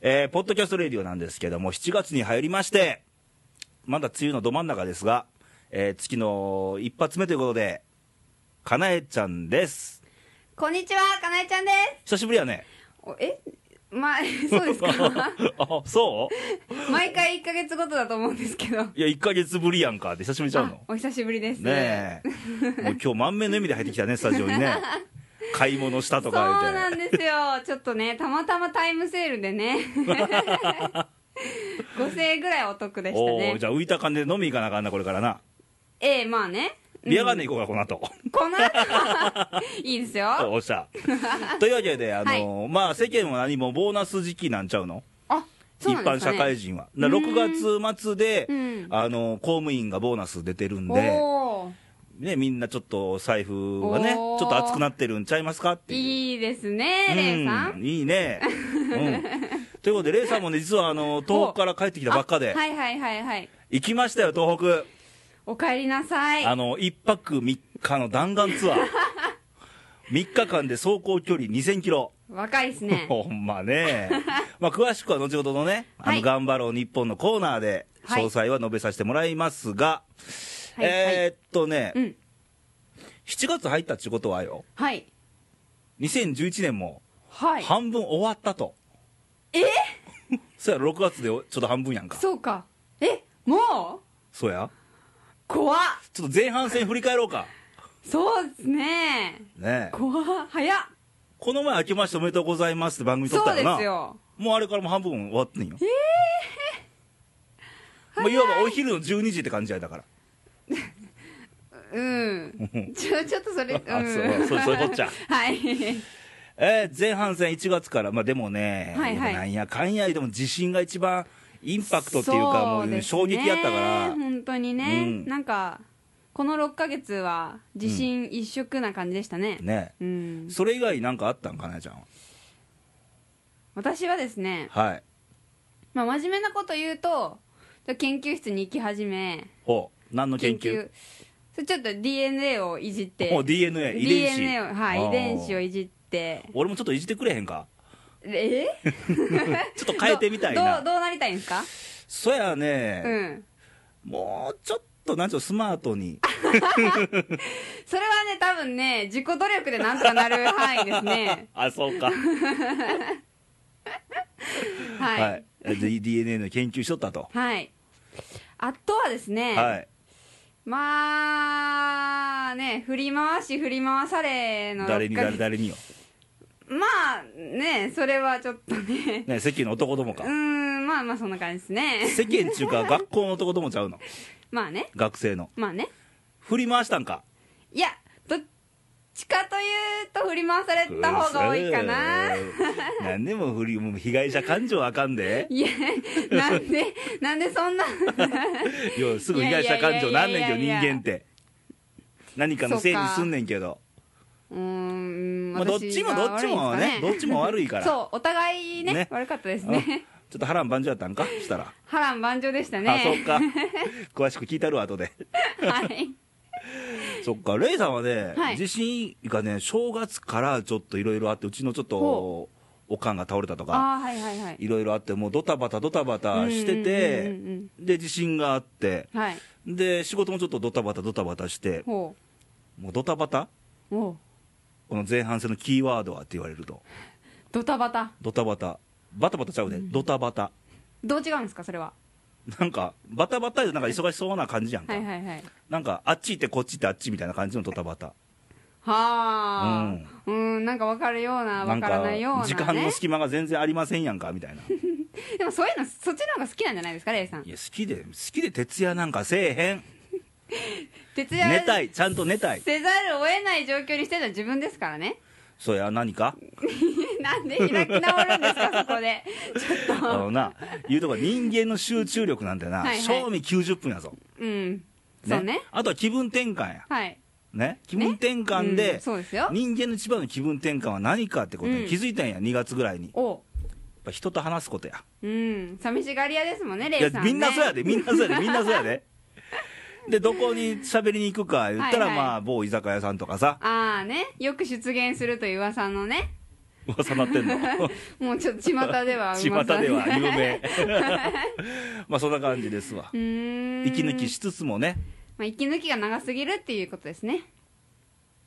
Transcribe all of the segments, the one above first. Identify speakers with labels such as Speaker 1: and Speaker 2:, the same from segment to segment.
Speaker 1: えーポッドキャストレディオなんですけども、7月に入りまして、まだ梅雨のど真ん中ですが、えー月の一発目ということで、かなえちゃんです。
Speaker 2: こんにちは、かなえちゃんです。
Speaker 1: 久しぶりやね。
Speaker 2: おえまあ、 そ うですか。
Speaker 1: あ、そう
Speaker 2: 毎回1ヶ月ごとだと思うんですけ
Speaker 1: い
Speaker 2: ど。
Speaker 1: や、1ヶ月ぶりやんかって久しぶりちゃうの
Speaker 2: お久しぶりです。
Speaker 1: ねえ。もう今日満面の笑みで入ってきたね、スタジオに ね。買い物した
Speaker 2: そ
Speaker 1: と
Speaker 2: う
Speaker 1: か言うて。
Speaker 2: なんですよ。ちょっとね、たまたまタイムセール でね。5000円ぐらいお得でした
Speaker 1: おー
Speaker 2: ね
Speaker 1: じ。ゃあ浮いた金で飲み行かなあかんな、これからな。
Speaker 2: ええ、まあね。
Speaker 1: ビアガーデン行こうか、この後。
Speaker 2: この後 いいですよ。
Speaker 1: おっしゃ。というわけで、あの、まあ世間も何もボーナス時期なんちゃうの
Speaker 2: あ、そう
Speaker 1: 一
Speaker 2: なん
Speaker 1: 般
Speaker 2: ですか
Speaker 1: 社
Speaker 2: ね。
Speaker 1: 会人は。だから6月末で
Speaker 2: うん、
Speaker 1: あの、公務員がボーナス出てるんで、
Speaker 2: おー
Speaker 1: ね、みんなちょっと財布がね、ちょ
Speaker 2: お
Speaker 1: っ
Speaker 2: ー
Speaker 1: と熱くなってるんちゃいますかっていう。
Speaker 2: いいですね、レイさ。
Speaker 1: うんんいいね。 うん。ということで、レイさんもね、実はあの、東北から帰ってきたばっかで
Speaker 2: あ、はいはいはいはい。
Speaker 1: 行きましたよ、東北。
Speaker 2: お帰りなさい。
Speaker 1: あの、1泊3日の弾丸 ツアー。3日間で走行距離2000キロ。。
Speaker 2: 若いですね
Speaker 1: ほんま ね。まあ、詳しくは後ほどのね、あ
Speaker 2: は
Speaker 1: の、
Speaker 2: い
Speaker 1: 頑張ろう日本のコーナーで、
Speaker 2: はい
Speaker 1: 詳細は述べさせてもらいますが、
Speaker 2: はいはい。
Speaker 1: えーっとね、
Speaker 2: うん。
Speaker 1: 7月入ったってことはよ、
Speaker 2: はい。
Speaker 1: 2011年も
Speaker 2: はい。
Speaker 1: 半分終わったと。
Speaker 2: え
Speaker 1: そうやろ、6月でちょっと半分やんか。
Speaker 2: そうか。え、もう
Speaker 1: そうや。
Speaker 2: 怖っ
Speaker 1: ちょっと前半戦振り返ろうか。
Speaker 2: そうですね。
Speaker 1: ねえ
Speaker 2: 怖っ早っ
Speaker 1: この前、明けましておめでとうございますって番組撮っ
Speaker 2: そう
Speaker 1: た
Speaker 2: で
Speaker 1: よな。
Speaker 2: すよ。
Speaker 1: もうあれからもう半分終わってんよ。えまあ、いわばお昼の12時って感じやだから。
Speaker 2: うん。ちょ、ちょっとそれ、うん。
Speaker 1: あそうそうそういうこっちゃ
Speaker 2: はい。
Speaker 1: えー前半戦1月から、まあでもね、
Speaker 2: はいはい
Speaker 1: なんやかんやでも地震が一番インパクトっていうか、もう
Speaker 2: そうですね
Speaker 1: 衝撃やったから、
Speaker 2: 本当にね。
Speaker 1: うん
Speaker 2: なんか、この6ヶ月は、地震一色な感じでしたね。
Speaker 1: ね、
Speaker 2: うん。
Speaker 1: それ以外なんかあったんかなちゃんは。
Speaker 2: 私はですね、
Speaker 1: はい。
Speaker 2: まあ、真面目なこと言うと、研究室に行き始め、
Speaker 1: ほう、何の研究
Speaker 2: それちょっと DNA をいじって
Speaker 1: ほう、DNA、遺伝子。
Speaker 2: DNA をは
Speaker 1: あー
Speaker 2: い遺伝子をいじって
Speaker 1: 俺もちょっといじってくれへんか。
Speaker 2: え
Speaker 1: ちょっと変えてみたいな
Speaker 2: ど。うどうなりたいんですか
Speaker 1: そや
Speaker 2: う
Speaker 1: ね、
Speaker 2: ん
Speaker 1: もうちょっと、なんちゅうのスマートに。
Speaker 2: それはね多分ね自己努力でなんとかなる範囲ですね
Speaker 1: あ、そうか。
Speaker 2: はいは
Speaker 1: はいい、、えで DNA の研究しとったと、
Speaker 2: あとはですね、
Speaker 1: はい、
Speaker 2: まあね振り回し振り回されの
Speaker 1: 誰に
Speaker 2: 六
Speaker 1: 誰
Speaker 2: ヶ月
Speaker 1: 誰によ、
Speaker 2: まあねそれはちょっ とね
Speaker 1: ね、世間の男どもか
Speaker 2: うー、んまあまあそんな感じですね
Speaker 1: 世間っちゅうか、学校の男どもちゃうの、
Speaker 2: まあね
Speaker 1: 学生の、
Speaker 2: まあね
Speaker 1: 振り回したんか、
Speaker 2: いやどっちかというと振り回された方が多いかな
Speaker 1: うっせー、なんでも振り、もう被害者感情あかんで、
Speaker 2: いや、なんで、なんでそんな、
Speaker 1: ようすぐ被害者感情、
Speaker 2: いや
Speaker 1: なん
Speaker 2: い
Speaker 1: ねん
Speaker 2: やい
Speaker 1: け
Speaker 2: や
Speaker 1: ど、人
Speaker 2: いや
Speaker 1: 間って、何かのせいにすんねんけど、
Speaker 2: うーん、
Speaker 1: まあ、どっちも
Speaker 2: 私が
Speaker 1: どっちも
Speaker 2: 悪いん
Speaker 1: ね、どっ
Speaker 2: で
Speaker 1: ち
Speaker 2: す
Speaker 1: も悪いか、
Speaker 2: からねそう、お互いね、
Speaker 1: ね
Speaker 2: 悪かったです
Speaker 1: うん
Speaker 2: ね。
Speaker 1: ちょっと波乱万丈やったんか、したら、
Speaker 2: 波乱万丈でした
Speaker 1: あ、そっ
Speaker 2: ね。
Speaker 1: か、詳しく聞いたるわ、後で。
Speaker 2: はい。
Speaker 1: そっか、レイさんはね、
Speaker 2: はい
Speaker 1: 地震がね、正月からちょっといろいろあって、うちのちょっと
Speaker 2: ほ、
Speaker 1: おかんが倒れたとか、
Speaker 2: ああ、はいはいはい。
Speaker 1: いろいろあって、もうドタバタドタバタして
Speaker 2: うんうんうん
Speaker 1: て、で、地震があって、
Speaker 2: はい。
Speaker 1: で、仕事もちょっとドタバタドタバタして、
Speaker 2: ほ
Speaker 1: もうドタバタ
Speaker 2: う。おう
Speaker 1: この前半戦のキーワードはって言われると、
Speaker 2: ドタバタ。
Speaker 1: ドタバタ、バタバタちゃうで、ドタバタ。
Speaker 2: どう違うんですか、それは。
Speaker 1: なんか、バタバタでなんか忙しそうな感じやんか。
Speaker 2: はいはいはい。
Speaker 1: なんか、あっち行ってこっち行ってあっちみたいな感じのドタバタ。
Speaker 2: はあ。うん、なんか分かるような、
Speaker 1: な
Speaker 2: 分
Speaker 1: ん
Speaker 2: から
Speaker 1: か
Speaker 2: ないような、ね。、
Speaker 1: 時間の隙間が全然ありませんやんか、みた いな。
Speaker 2: でもそういうの、そっちの方が好きなんじゃないですか、レイさん
Speaker 1: い。や好きで好きで徹夜なんかせえへん
Speaker 2: 徹夜
Speaker 1: 寝たいちゃんと寝たい
Speaker 2: せざるを得ない状況にしてるのは自分ですからね。
Speaker 1: そや何か
Speaker 2: なんで開き直るんですか、そこで。ちょっ
Speaker 1: あ
Speaker 2: と。
Speaker 1: のな言うとこ人間の集中力なんてな
Speaker 2: はいはい
Speaker 1: 賞味90分やぞ、
Speaker 2: うん。そうね。
Speaker 1: あとは気分転換や
Speaker 2: はい。
Speaker 1: ね気分転換
Speaker 2: うん
Speaker 1: で、
Speaker 2: そうですよ。
Speaker 1: 人間の一番の気分転換は何かってことに
Speaker 2: うん
Speaker 1: 気づいたんや、2月ぐらいにやっ
Speaker 2: お
Speaker 1: ぱ人と話すことや
Speaker 2: うん。寂しがり屋ですもんね、
Speaker 1: い
Speaker 2: レ
Speaker 1: や
Speaker 2: イさん、ね。
Speaker 1: みんなそう やでみんなそうやでみんなそうやででどこに喋りに行くか言ったら、
Speaker 2: はいはい
Speaker 1: まあ某居酒屋さんとかさ
Speaker 2: ああね。よく出現するという噂のね。
Speaker 1: 噂なってんの
Speaker 2: もうちょっと巷では
Speaker 1: 巷では有
Speaker 2: う
Speaker 1: 名まあそんな感じですわ
Speaker 2: ーん
Speaker 1: 息抜きしつつもね
Speaker 2: まあ、息抜きが長すぎるっていうことですね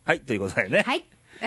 Speaker 1: はいということでね、
Speaker 2: はい
Speaker 1: え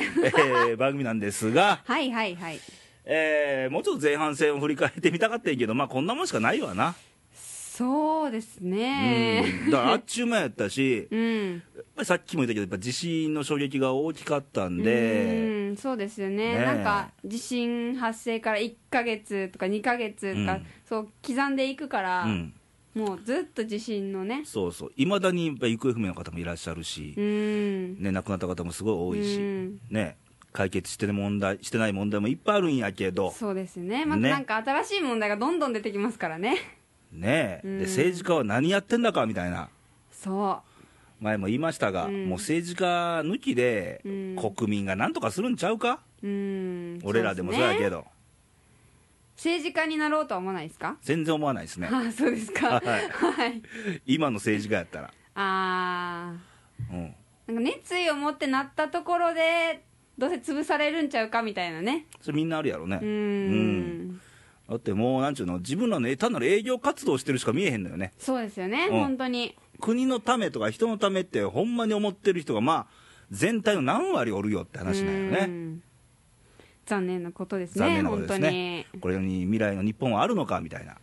Speaker 1: ー番組なんですが、
Speaker 2: はいはいはい
Speaker 1: えーもうちょっと前半戦を振り返ってみたかったんやけどまあこんなもんしかないわな、
Speaker 2: そうですね
Speaker 1: うんだからあっちゅう間やったし
Speaker 2: うん
Speaker 1: やっぱりさっきも言ったけどやっぱ地震の衝撃が大きかったん
Speaker 2: う
Speaker 1: で
Speaker 2: んそうですよね
Speaker 1: ねえ
Speaker 2: なんか地震発生から1か月とか2か月とか、
Speaker 1: うん
Speaker 2: そう刻んでいくから、
Speaker 1: うん
Speaker 2: もうずっと地震のね
Speaker 1: そうそういまだにやっぱ行方不明の方もいらっしゃるし、
Speaker 2: うん
Speaker 1: ね、亡くなった方もすごい多いし、
Speaker 2: うん
Speaker 1: ね、解決してる問題してない問題もいっぱいあるんやけど、
Speaker 2: そうですねまた
Speaker 1: ね
Speaker 2: なんか新しい問題がどんどん出てきますからね
Speaker 1: ね
Speaker 2: うん
Speaker 1: で政治家は何やってんだかみたいな、
Speaker 2: そ
Speaker 1: 前も言いましたが、
Speaker 2: うん
Speaker 1: もう政治家抜きで、
Speaker 2: うん
Speaker 1: 国民がなんとかするんちゃうか、
Speaker 2: ううん
Speaker 1: 俺らでもそう
Speaker 2: す
Speaker 1: や
Speaker 2: ね
Speaker 1: けど、
Speaker 2: 政治家になろうとは思わないですか
Speaker 1: 全然思わないですね、
Speaker 2: ああそうですか
Speaker 1: はい
Speaker 2: はい
Speaker 1: 今の政治家やったら。
Speaker 2: あ
Speaker 1: うん
Speaker 2: あなんか熱意を持ってなったところでどうせ潰されるんちゃうかみたいなね
Speaker 1: それみんなあるやろね、
Speaker 2: うーん
Speaker 1: だってもうなんちゅうの自分らの単なる営業活動してるしか見えへんのよね
Speaker 2: そうですよね、
Speaker 1: うん
Speaker 2: 本当に
Speaker 1: 国のためとか人のためってほんまに思ってる人がまあ全体の何割おるよって話なんよね、
Speaker 2: ね残念なことですね
Speaker 1: 残念なことですね
Speaker 2: 本
Speaker 1: これに未来の日本はあるのかみたいな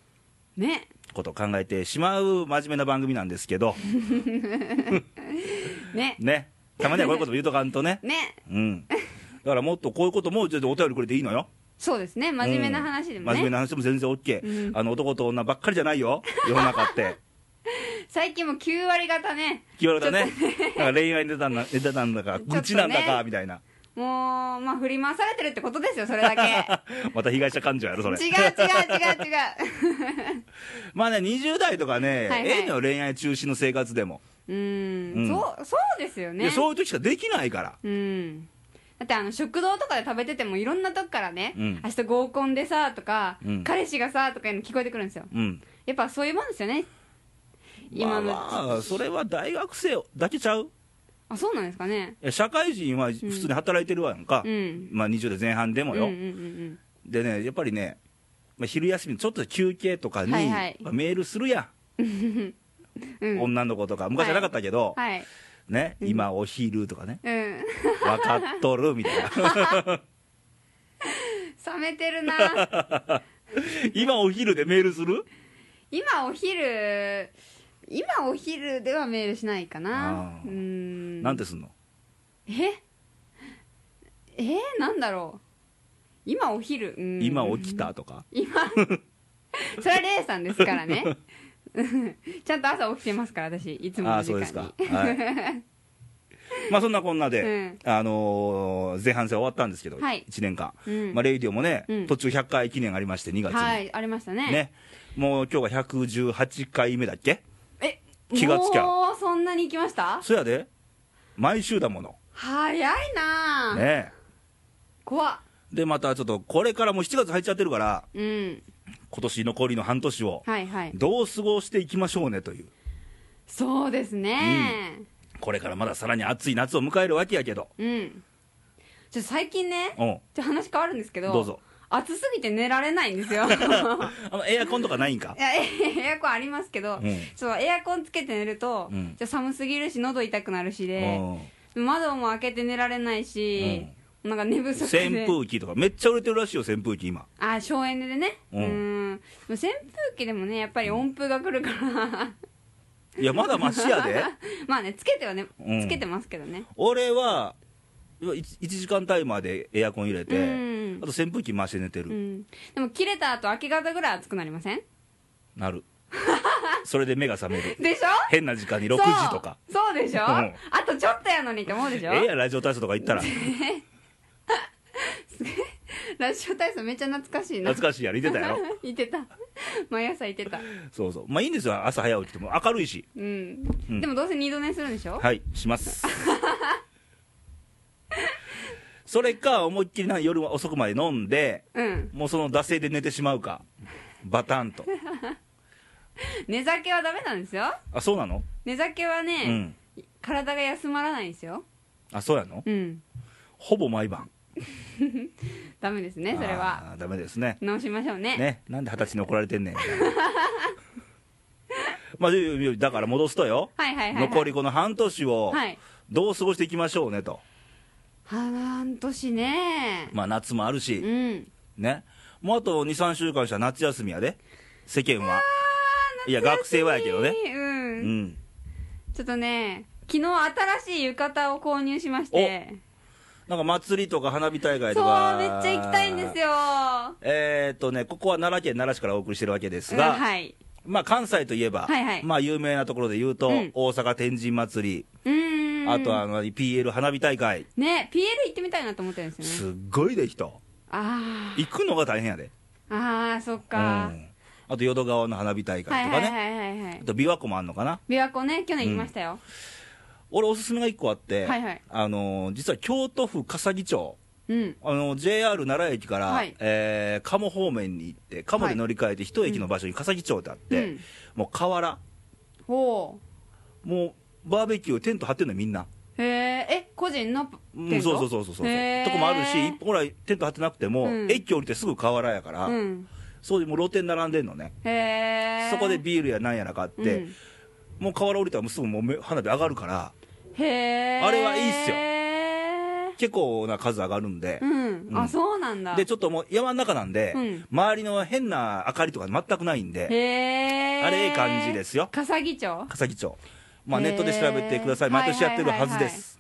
Speaker 2: 当にね
Speaker 1: ことを考えてしまう真面目な番組なんですけ ど
Speaker 2: ね
Speaker 1: ねたまにはこういうことも言うとかんとね
Speaker 2: ね
Speaker 1: うんだからもっとこういうこともちょっとお便りくれていいのよ
Speaker 2: そうですね真面目な話でも
Speaker 1: うん真面目
Speaker 2: ね、
Speaker 1: な話でも全然 OK、あの男と女ばっかりじゃないよ世の中って
Speaker 2: 最近も9割方ね
Speaker 1: 言われたねなんか恋愛ネタなネタなんだか
Speaker 2: ょっとね
Speaker 1: 愚痴なんだかみたいな
Speaker 2: もうまあ振り回されてるってことですよそれだけ
Speaker 1: また被害者感情やろ それ
Speaker 2: 違う違う違う違
Speaker 1: まあね20代とかね
Speaker 2: はいはい
Speaker 1: ええのよ恋愛中心の生活でも、
Speaker 2: ううーん、
Speaker 1: うん
Speaker 2: そうそうですよ
Speaker 1: いや
Speaker 2: ね
Speaker 1: そういう時しかできないから
Speaker 2: うんだってあの食堂とかで食べててもいろんなとこからね、
Speaker 1: うん
Speaker 2: 明日合コンでさとか、
Speaker 1: うん
Speaker 2: 彼氏がさとかいうの聞こえてくるんですよ
Speaker 1: うん
Speaker 2: やっぱそういうもんですよね今の、
Speaker 1: ま
Speaker 2: あ
Speaker 1: あまあそれは大学生だけちゃう
Speaker 2: そうなんですかね
Speaker 1: いや社会人は普通に働いてるわやんか、
Speaker 2: うん
Speaker 1: まあ、20代前半でも
Speaker 2: うんうん
Speaker 1: よ、
Speaker 2: うんうん
Speaker 1: でねやっぱりね、まあ、昼休みちょっと休憩とかに、
Speaker 2: はいはい
Speaker 1: まあメールするやん、
Speaker 2: うん
Speaker 1: 女の子とか昔はなかったけど、
Speaker 2: はい
Speaker 1: ね、今お昼とかね
Speaker 2: うん
Speaker 1: 分かっとるみたいな
Speaker 2: 冷めて るな
Speaker 1: 今お昼でメールする
Speaker 2: 今お昼今お昼ではメールしないかな
Speaker 1: あ
Speaker 2: う
Speaker 1: ー
Speaker 2: ん
Speaker 1: なんてすんの
Speaker 2: ええー、なんだろう今お昼うん
Speaker 1: 今起きたとか
Speaker 2: 今それはレイさんですからね うんちゃんと朝起きてますから私いつも
Speaker 1: あ
Speaker 2: の
Speaker 1: あ
Speaker 2: 時
Speaker 1: そう
Speaker 2: 間
Speaker 1: で
Speaker 2: に
Speaker 1: すか、はい、まあそんなこんなで、あのー前半戦終わったんですけど、
Speaker 2: はい
Speaker 1: 1年間、
Speaker 2: うん
Speaker 1: まあ、レイディオもね、
Speaker 2: うん
Speaker 1: 途中100回記念ありまして2月に、
Speaker 2: はいありましたね
Speaker 1: ね、もう今日が118回目だっけ
Speaker 2: え
Speaker 1: 気がつきゃ
Speaker 2: もうそんなに行きました
Speaker 1: そやで毎週だもの
Speaker 2: 早いなあ、
Speaker 1: ね
Speaker 2: 怖っ
Speaker 1: でまたちょっとこれからもう7月入っちゃってるから
Speaker 2: うん
Speaker 1: 今年残りの半年を
Speaker 2: はいはい
Speaker 1: どう過ごしていきましょうねという
Speaker 2: そうですね
Speaker 1: これからまださらに暑い夏を迎えるわけやけど
Speaker 2: うん、ちょっと最近ね
Speaker 1: うん
Speaker 2: ちょっと話変わるんですけど
Speaker 1: どうぞ
Speaker 2: 暑すぎて寝られないんで すよい
Speaker 1: あのエアコンとかないんか
Speaker 2: やえエアコンありますけど、
Speaker 1: うん
Speaker 2: そうエアコンつけて寝ると、
Speaker 1: うん
Speaker 2: ちょっと寒すぎるし喉痛くなるし
Speaker 1: う
Speaker 2: で、
Speaker 1: ん
Speaker 2: 窓も開けて寝られないし、なんか寝不足で
Speaker 1: 扇風機とかめっちゃ売れてるらしいよ扇風機今
Speaker 2: あ省エネでねう
Speaker 1: うん
Speaker 2: んんでも扇風機でもねやっぱり温風が来るから
Speaker 1: い やまだマシやで
Speaker 2: まあねつけてはね
Speaker 1: うん
Speaker 2: つけてますけどね、
Speaker 1: 俺は 1, 時間タイマーでエアコン入れて、
Speaker 2: うん
Speaker 1: あと扇風機回して寝てる、
Speaker 2: うん、でも切れた後明け方ぐらい暑くなりません
Speaker 1: なる それで目が覚め る
Speaker 2: でしょ
Speaker 1: 変な時間に6
Speaker 2: そう
Speaker 1: 時とか
Speaker 2: そうでしょ、
Speaker 1: うん
Speaker 2: あとちょっとやのにって思うでしょ
Speaker 1: ええやラジオ体操とか行 ったら
Speaker 2: ラジオ体操めっちゃ懐かしいな
Speaker 1: 懐かしいやろ行って たやろ
Speaker 2: いてた毎朝いてた
Speaker 1: そうそうまあいいんですよ朝早起きても明るいし
Speaker 2: うん、
Speaker 1: うん
Speaker 2: でもどうせ二度寝するんでしょ
Speaker 1: はいします それか思いっきりな夜は遅くまで飲んで
Speaker 2: うん
Speaker 1: もうその惰性で寝てしまうかバタンと
Speaker 2: 寝酒はダメなんですよ
Speaker 1: あそうなの
Speaker 2: 寝酒はね、
Speaker 1: うん
Speaker 2: 体が休まらないんですよ
Speaker 1: あそうやの
Speaker 2: うん
Speaker 1: ほぼ毎晩
Speaker 2: ダメですねそれは
Speaker 1: あーダメですね
Speaker 2: 直しましょうね
Speaker 1: ねなんで二十歳に怒られてんね んみたいなまあいやいやだから戻すとよ、
Speaker 2: はいはいはい、はい、
Speaker 1: 残りこの半年を
Speaker 2: はい
Speaker 1: どう過ごしていきましょうねと、
Speaker 2: 半年ね
Speaker 1: まあ夏もある
Speaker 2: う
Speaker 1: し、
Speaker 2: ん
Speaker 1: ねもうあと23週間したら夏休みやで世間はいや学生はやけどね
Speaker 2: う、
Speaker 1: うんん
Speaker 2: ちょっとね昨日新しい浴衣を購入しまして
Speaker 1: なんか祭りとか花火大会
Speaker 2: そ
Speaker 1: と
Speaker 2: う
Speaker 1: か
Speaker 2: めっちゃ行きたいんです
Speaker 1: よ
Speaker 2: よ
Speaker 1: えーっとねここは奈良県奈良市からお送りしてるわけです
Speaker 2: うん
Speaker 1: が、
Speaker 2: はい
Speaker 1: まあ関西といえば、
Speaker 2: はいはい
Speaker 1: まあ有名なところで言うと、
Speaker 2: うん
Speaker 1: 大阪天神祭
Speaker 2: う
Speaker 1: り
Speaker 2: ん
Speaker 1: あとはあの PL 花火大会、
Speaker 2: ね PL 行ってみたいなと思ってるんですよね
Speaker 1: すっごいで人
Speaker 2: あ
Speaker 1: 行くのが大変やで
Speaker 2: あああそっ
Speaker 1: う
Speaker 2: か、
Speaker 1: んあと淀川の花火大
Speaker 2: は
Speaker 1: 会
Speaker 2: い
Speaker 1: と
Speaker 2: は
Speaker 1: か
Speaker 2: い
Speaker 1: ね、
Speaker 2: はいはいはい
Speaker 1: あと琵琶湖もあんのかな
Speaker 2: 琵琶湖ね去年行きましたよ、
Speaker 1: 俺おすすめが1個あって、
Speaker 2: はいはい
Speaker 1: あのー実は京都府笠置町
Speaker 2: うん、
Speaker 1: あの JR 奈良駅から、
Speaker 2: はい
Speaker 1: えー鴨方面に行って鴨で乗り換えて一駅の場所に笠置町ってあって、
Speaker 2: うん
Speaker 1: もう河原
Speaker 2: ほ
Speaker 1: もうバーベキューテント張ってんのよみんな
Speaker 2: うへええ個人のテ
Speaker 1: う
Speaker 2: ン
Speaker 1: ん
Speaker 2: ト
Speaker 1: そうそうそうそうそう
Speaker 2: へー
Speaker 1: とこもあるし一本ぐらいテント張ってなくても、
Speaker 2: うん
Speaker 1: 駅降りてすぐ河原やから、
Speaker 2: うん
Speaker 1: そういうもう露店並んでんのね、
Speaker 2: へえ
Speaker 1: そこでビールやなんやら買って、
Speaker 2: うん
Speaker 1: もう河原降りたらもうすぐもうめ花火上がるから
Speaker 2: へえ
Speaker 1: あれはいいっすよ
Speaker 2: よ
Speaker 1: 結構な数上がるんで、
Speaker 2: うん、
Speaker 1: うん
Speaker 2: あそうなんだ
Speaker 1: でちょっともう山の中なんで、
Speaker 2: うん
Speaker 1: 周りの変な明かりとか全くないんで、
Speaker 2: へえ
Speaker 1: あれええ感じですよ
Speaker 2: 笠木町
Speaker 1: 笠木町、まあ、
Speaker 2: へー
Speaker 1: ネットで調べてください、毎年やってるはず
Speaker 2: はいはい
Speaker 1: で
Speaker 2: はいはい
Speaker 1: す、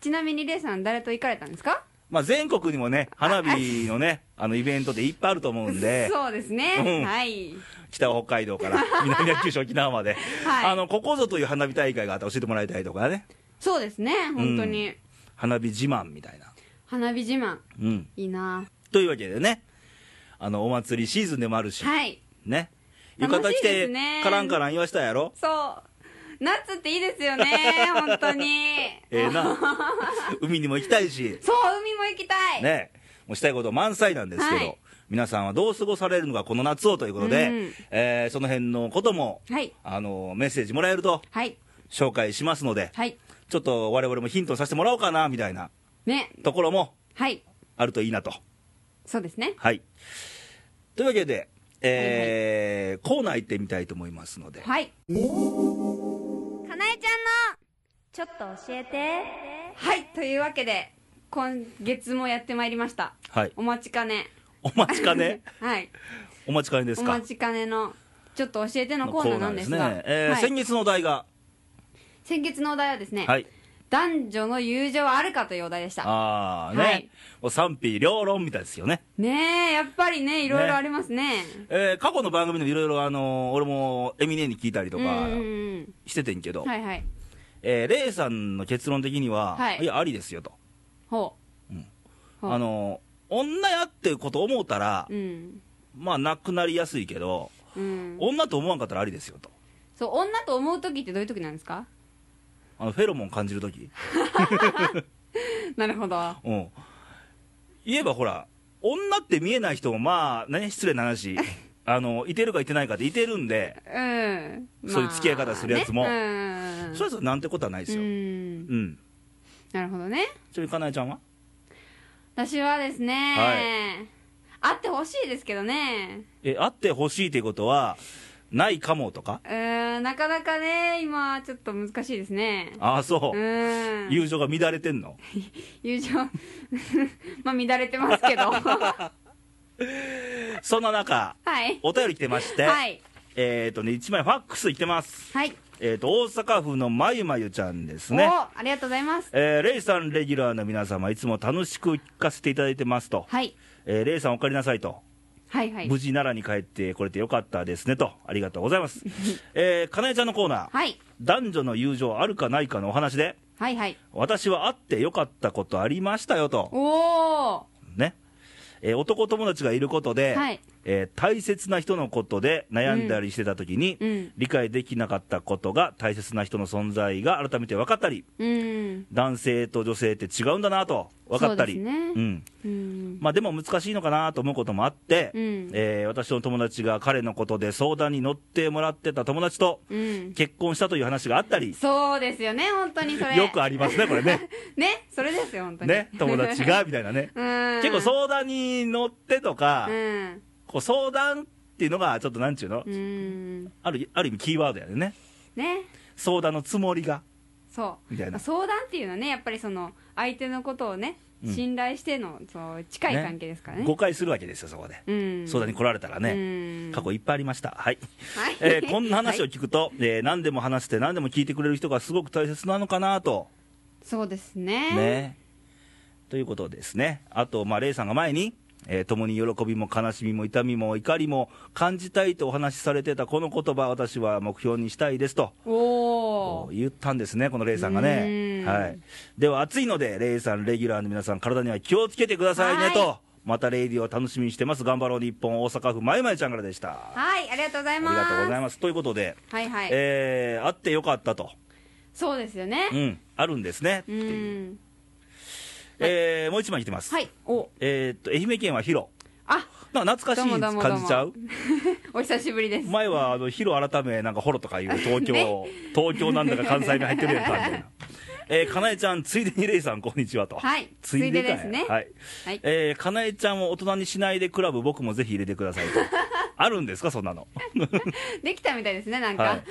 Speaker 2: ちなみにレイさん誰と行かれたんですか
Speaker 1: まあ、全国にもね、花火のね、あのイベントでいっぱいあると思うんで、
Speaker 2: そうですね、
Speaker 1: うん
Speaker 2: はい
Speaker 1: 北は北海道 から南は九州、沖縄まで、
Speaker 2: はい
Speaker 1: あのここぞという花火大会があったら教えてもらいたいとかね、
Speaker 2: そうですね本当に、
Speaker 1: 花火自慢みたいな。
Speaker 2: 花火自慢
Speaker 1: うん、
Speaker 2: いいな
Speaker 1: というわけでね、あのお祭りシーズンでもあるし、
Speaker 2: はい
Speaker 1: ね、浴
Speaker 2: 楽
Speaker 1: 衣着
Speaker 2: しいで
Speaker 1: て
Speaker 2: すね、
Speaker 1: カランカラン言わしたやろ。
Speaker 2: そう夏っていいですよ ね本当に
Speaker 1: ええ な海にも行きたいし、
Speaker 2: そう海も行きたい、
Speaker 1: ね、もうしたいこと満載なんですけど、
Speaker 2: はい
Speaker 1: 皆さんはどう過ごされるのか、この夏をということで、
Speaker 2: うん
Speaker 1: えーその辺のことも、
Speaker 2: はい
Speaker 1: あのメッセージもらえると
Speaker 2: はい
Speaker 1: 紹介しますので、
Speaker 2: はい
Speaker 1: ちょっと我々もヒントさせてもらおうかなみたいな
Speaker 2: ね
Speaker 1: ところも
Speaker 2: はい
Speaker 1: あるといいなと。
Speaker 2: そうですね
Speaker 1: はい、というわけで、えーコーナー行ってみたいと思いますので、
Speaker 2: はい
Speaker 3: かなえちゃんのちょっと教えて
Speaker 2: はいというわけで今月もやってまいりました
Speaker 1: はい、
Speaker 2: お待ちかね
Speaker 1: お待ちか ね
Speaker 2: はい
Speaker 1: お待ちかねです
Speaker 2: お
Speaker 1: か
Speaker 2: 待。ちかねのちょっと教えてのコーナーなんですが
Speaker 1: のコーナーえー
Speaker 2: はい
Speaker 1: 先月のお題が、
Speaker 2: 先月のお題はですね、
Speaker 1: はい、
Speaker 2: 男女の友情はあるかというお題でした
Speaker 1: あーね、
Speaker 2: はい
Speaker 1: もう賛否両論みたいですよね、
Speaker 2: ねえやっぱりねいろいろありますね
Speaker 1: えー過去の番組でもいろいろ、あのー俺もエミネに聞いたりと
Speaker 2: うん
Speaker 1: か
Speaker 2: うん
Speaker 1: しててんけど、
Speaker 2: うんはいはい
Speaker 1: えーレイさんの結論的には、
Speaker 2: はい
Speaker 1: い、や、ありですよと、
Speaker 2: ほう、ほう
Speaker 1: あのー女やっていうこと思うたら、
Speaker 2: うん
Speaker 1: まあ、なくなりやすいけど、
Speaker 2: うん
Speaker 1: 女と思わんかったらありですよと、
Speaker 2: そう女と思う時ってどういう時なんですか
Speaker 1: あのフェロモン感じるとき、
Speaker 2: なるほどは
Speaker 1: うん、言えばほら、女って見えない人も、まあ、ね、失礼な 話。あのいてるかいてないかっていてるんで、
Speaker 2: うん
Speaker 1: そういう付き合い方するやつも
Speaker 2: まあねうん
Speaker 1: それぞれなんてことはないです
Speaker 2: う
Speaker 1: よ、
Speaker 2: ん
Speaker 1: うん、
Speaker 2: なるほどね
Speaker 1: ちなみにかなえちゃんは
Speaker 2: 私はですね、あってほしいですけどね
Speaker 1: えあってほしいということはないかもとか
Speaker 2: うーんなかなかね今ちょっと難しいですね
Speaker 1: ああそうう、
Speaker 2: ーん
Speaker 1: 友情が乱れてんの
Speaker 2: 友情 まあ乱れてま すけどは
Speaker 1: そんな中
Speaker 2: い
Speaker 1: お便り来てまして、
Speaker 2: はい
Speaker 1: えっ、とね1枚ファックス来てます
Speaker 2: はい
Speaker 1: えっ、と大阪府のまゆまゆちゃんです
Speaker 2: お
Speaker 1: ね
Speaker 2: ありがとうございます
Speaker 1: えー、レイさんレギュラーの皆様いつも楽しく聞かせていただいてますと、
Speaker 2: はい
Speaker 1: えーレイさんお帰りなさいと
Speaker 2: はいはい
Speaker 1: 無事奈良に帰ってこれてよかったですねとありがとうございます、えー、かなえちゃんのコーナー、
Speaker 2: はい
Speaker 1: 男女の友情あるかないかのお話で
Speaker 2: はいはい
Speaker 1: 私は会ってよかったことありましたよと、
Speaker 2: おお
Speaker 1: ねえー男友達がいることで、
Speaker 2: はい
Speaker 1: えー大切な人のことで悩んだりしてた時に、
Speaker 2: うん
Speaker 1: 理解できなかったことが大切な人の存在が改めて分かったり
Speaker 2: うん
Speaker 1: 男性と女性って違うんだなと分かったり
Speaker 2: そうですね
Speaker 1: ん
Speaker 2: うん
Speaker 1: まあ、でも難しいのかなと思うこともあって、
Speaker 2: うん
Speaker 1: えー私の友達が彼のことで相談に乗ってもらってた友達と
Speaker 2: うん
Speaker 1: 結婚したという話があったり、
Speaker 2: そうですよね本当にそれ
Speaker 1: よくありますねこれね
Speaker 2: ね、それですよ、本当に。
Speaker 1: ね、友達が、みたいなね。
Speaker 2: うん。
Speaker 1: 結構相談に乗ってとか、
Speaker 2: うん。
Speaker 1: こう相談っていうのが、ちょっとなんちゅうの、
Speaker 2: うん。
Speaker 1: あるある意味キーワードやでね。
Speaker 2: ね。
Speaker 1: 相談のつもりが。
Speaker 2: そう
Speaker 1: みたいな
Speaker 2: 相談っていうのはねやっぱりその相手のことをね
Speaker 1: うん
Speaker 2: 信頼しての、そう近い関係ですからね
Speaker 1: 誤解するわけですよ、そこで。
Speaker 2: うん
Speaker 1: 相談に来られたらね。
Speaker 2: ね
Speaker 1: 過去いっぱいありました。はい。
Speaker 2: はい
Speaker 1: え ーこんな話を
Speaker 2: はい
Speaker 1: 聞くと、えー何でも話して何でも聞いてくれる人がすごく大切なのかなと。
Speaker 2: そうですね
Speaker 1: ね。ということですね。あと、まあ、レイさんが前に、えー共に喜びも悲しみも痛みも怒りも感じたいとお話しされてたこの言葉、私は目標にしたいですと。
Speaker 2: お
Speaker 1: こ
Speaker 2: お
Speaker 1: う言ったんですね、このレイさんが
Speaker 2: う
Speaker 1: ね。
Speaker 2: ん
Speaker 1: はい、では暑いので、レイさん、レギュラーの皆さん、体には気をつけてください
Speaker 2: は
Speaker 1: ね
Speaker 2: い
Speaker 1: と、またレイディオを楽しみにしてます、頑張ろう日本、大阪府、まゆまゆちゃんからでした。あ
Speaker 2: はいありがとうござい
Speaker 1: り
Speaker 2: ます
Speaker 1: がとうございます。ということで、
Speaker 2: はいはい、
Speaker 1: えー、あってよかったと、
Speaker 2: そうですよね
Speaker 1: うん、あるんですねって
Speaker 2: うん
Speaker 1: いう、えーもう一枚来てます、
Speaker 2: はいお
Speaker 1: えーっと愛媛県はヒロ、
Speaker 2: あ
Speaker 1: なんか懐かし
Speaker 2: どうもどう
Speaker 1: い
Speaker 2: もどうも
Speaker 1: 感じちゃう
Speaker 2: お久しぶりです
Speaker 1: 前はあのヒロ改め、なんかホロとかいう東京、
Speaker 2: ね
Speaker 1: 東京なんだか関西に入ってるやんかみたいな、えー、かなえちゃん、ついでにレイさん、こんにちはと、
Speaker 2: はい
Speaker 1: ついでかい
Speaker 2: ついでですね
Speaker 1: はい
Speaker 2: はい
Speaker 1: えー、かなえちゃんを大人にしないでクラブ、僕もぜひ入れてくださいと、 あるんですか、そんなの。
Speaker 2: できたみたいですねなんか、
Speaker 1: はい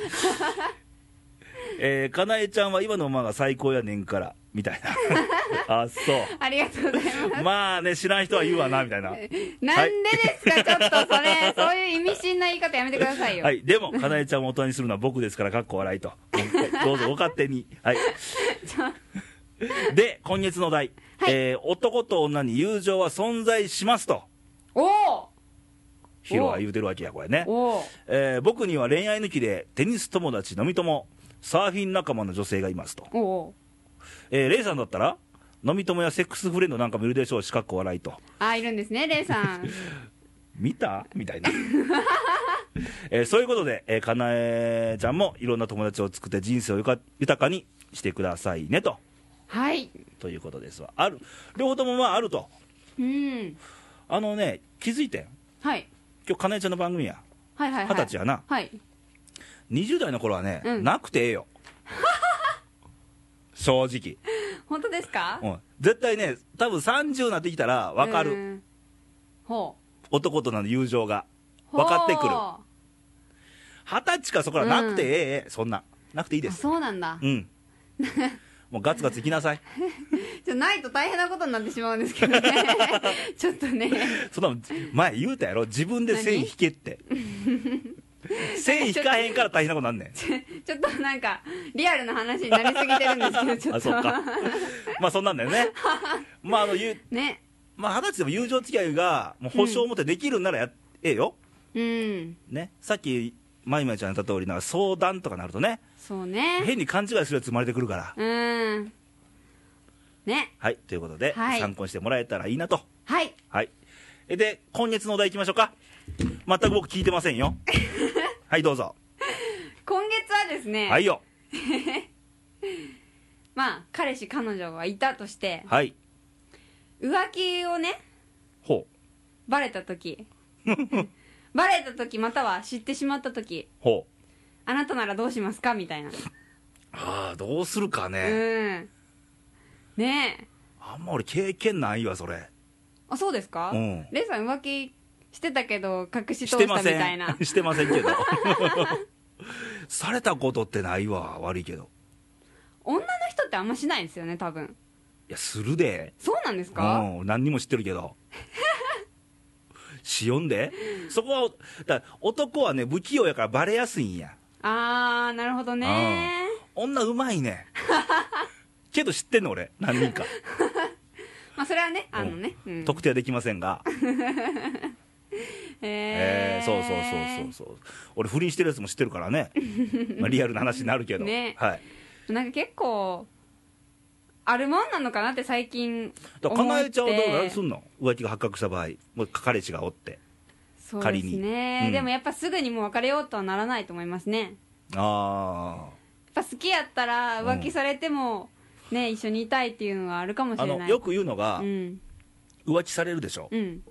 Speaker 1: えー、かなえちゃんは今の馬が最高やねんから、みたいな。 あ、そう。
Speaker 2: ありがとうございます
Speaker 1: まあね、知らん人は言うわな、みたいな。
Speaker 2: なんでですか、ちょっとそれそういう意味深な言い方やめてくださいよ、
Speaker 1: はい、でも、かなえちゃんを大人にするのは僕ですから、かっこ笑い と。どうぞご勝手に。はい。で、今月のお題、
Speaker 2: はい
Speaker 1: えー男と女に友情は存在しますと、
Speaker 2: おお
Speaker 1: ヒロは言うてるわけや、これね。
Speaker 2: おお
Speaker 1: えー僕には恋愛抜きで、テニス友達、飲み友、サーフィン仲間の女性がいますと。
Speaker 2: おお
Speaker 1: えーレイさんだったら、飲み友やセックスフレンドなんかもいるでしょうし、かっこ笑いと。
Speaker 2: あいるんですねレイさ ん
Speaker 1: 見たみたいな、えーそういうことで、えーかなえちゃんもいろんな友達を作って人生をゆか豊かにしてくださいねと
Speaker 2: はい
Speaker 1: ということですわある両方ともまああると
Speaker 2: うん
Speaker 1: あのね気づいてん
Speaker 2: はい
Speaker 1: 今日かなえちゃんの番組や
Speaker 2: はいはいはい
Speaker 1: 二十歳やな
Speaker 2: はい
Speaker 1: 20代の頃はね、
Speaker 2: うん
Speaker 1: なくてええ よ正直、
Speaker 2: 本当ですか
Speaker 1: うん、絶対ね多分30になってきたら分か
Speaker 2: う
Speaker 1: る
Speaker 2: んほ
Speaker 1: 男との友情が
Speaker 2: うほう
Speaker 1: 分かってくる二十歳かそこらなくてええええそんななくていいで
Speaker 2: あ
Speaker 1: す
Speaker 2: そうなんだ
Speaker 1: うん もうガツガツいきなさい
Speaker 2: じゃないと大変なことになってしまうんです けどねちょっとね
Speaker 1: そんなの前言うたやろ自分で線引けって線引かへんから大変なことなんね
Speaker 2: ちょっとなんかリアルな話になりすぎてるんですけどちょっ
Speaker 1: ん
Speaker 2: と
Speaker 1: あそっかまあそんなんだよねまああのゆ
Speaker 2: ね
Speaker 1: まあ二十歳でも友情付き合いがもう保証を持ってできるんならや、ええよ
Speaker 2: うん
Speaker 1: ねさっきまゆまゆちゃんが言った通りなんか相談とかなるとね
Speaker 2: そうね
Speaker 1: 変に勘違いするやつ生まれてくるから
Speaker 2: うんね
Speaker 1: はいということで、
Speaker 2: はい
Speaker 1: 参考にしてもらえたらいいなと
Speaker 2: はい
Speaker 1: はいえで今月のお題いきましょうか全く僕聞いてませんよはいどうぞ
Speaker 2: 今月はですね、
Speaker 1: はいよ
Speaker 2: まあ彼氏彼女がいたとして
Speaker 1: はい
Speaker 2: 浮気をね
Speaker 1: ほう
Speaker 2: バレ た時バレた時または知ってしまった時
Speaker 1: ほう
Speaker 2: あなたならどうしますかみたいな
Speaker 1: ああどうするか
Speaker 2: う
Speaker 1: ね、
Speaker 2: んねえ
Speaker 1: あんま俺経験ないわそれ
Speaker 2: あそうですか、
Speaker 1: うん
Speaker 2: レイさん浮気してたけど隠し
Speaker 1: し
Speaker 2: 通
Speaker 1: て
Speaker 2: した
Speaker 1: ま
Speaker 2: み
Speaker 1: せ
Speaker 2: たいなん
Speaker 1: してま せんけど されたことってないわ悪いけど
Speaker 2: 女の人ってあんましないですよね多分
Speaker 1: いやするで
Speaker 2: そうなんです
Speaker 1: う
Speaker 2: か、
Speaker 1: ん何にも知ってるけ どしよんでそこはだから男はね不器用やからバレやすいんや
Speaker 2: ああなるほどね
Speaker 1: 女うまい ねけど知ってんの俺何人か
Speaker 2: まあそれはねあのね、うん
Speaker 1: 特定はできませんが、え
Speaker 2: へ
Speaker 1: ーそうそうそうそうそう俺不倫してるやつも知ってるから ねまあリアルな話になるけど、
Speaker 2: ね
Speaker 1: はい
Speaker 2: なんか結構あるもんなのかなって最近
Speaker 1: だ
Speaker 2: 思
Speaker 1: からか
Speaker 2: って
Speaker 1: なえちゃんはどう何すんの浮気が発覚した場合もう彼氏がおって
Speaker 2: そう
Speaker 1: 仮
Speaker 2: で
Speaker 1: に
Speaker 2: すね、
Speaker 1: うん
Speaker 2: でもやっぱすぐにもう別れようとはならないと思いますね
Speaker 1: あ
Speaker 2: やっぱ好きやったら浮気されても、ね一緒にいたいっていうのはあるかもし
Speaker 1: ああ
Speaker 2: れない
Speaker 1: のよく言うのが、
Speaker 2: うん
Speaker 1: 浮気されるでしょ、
Speaker 2: うん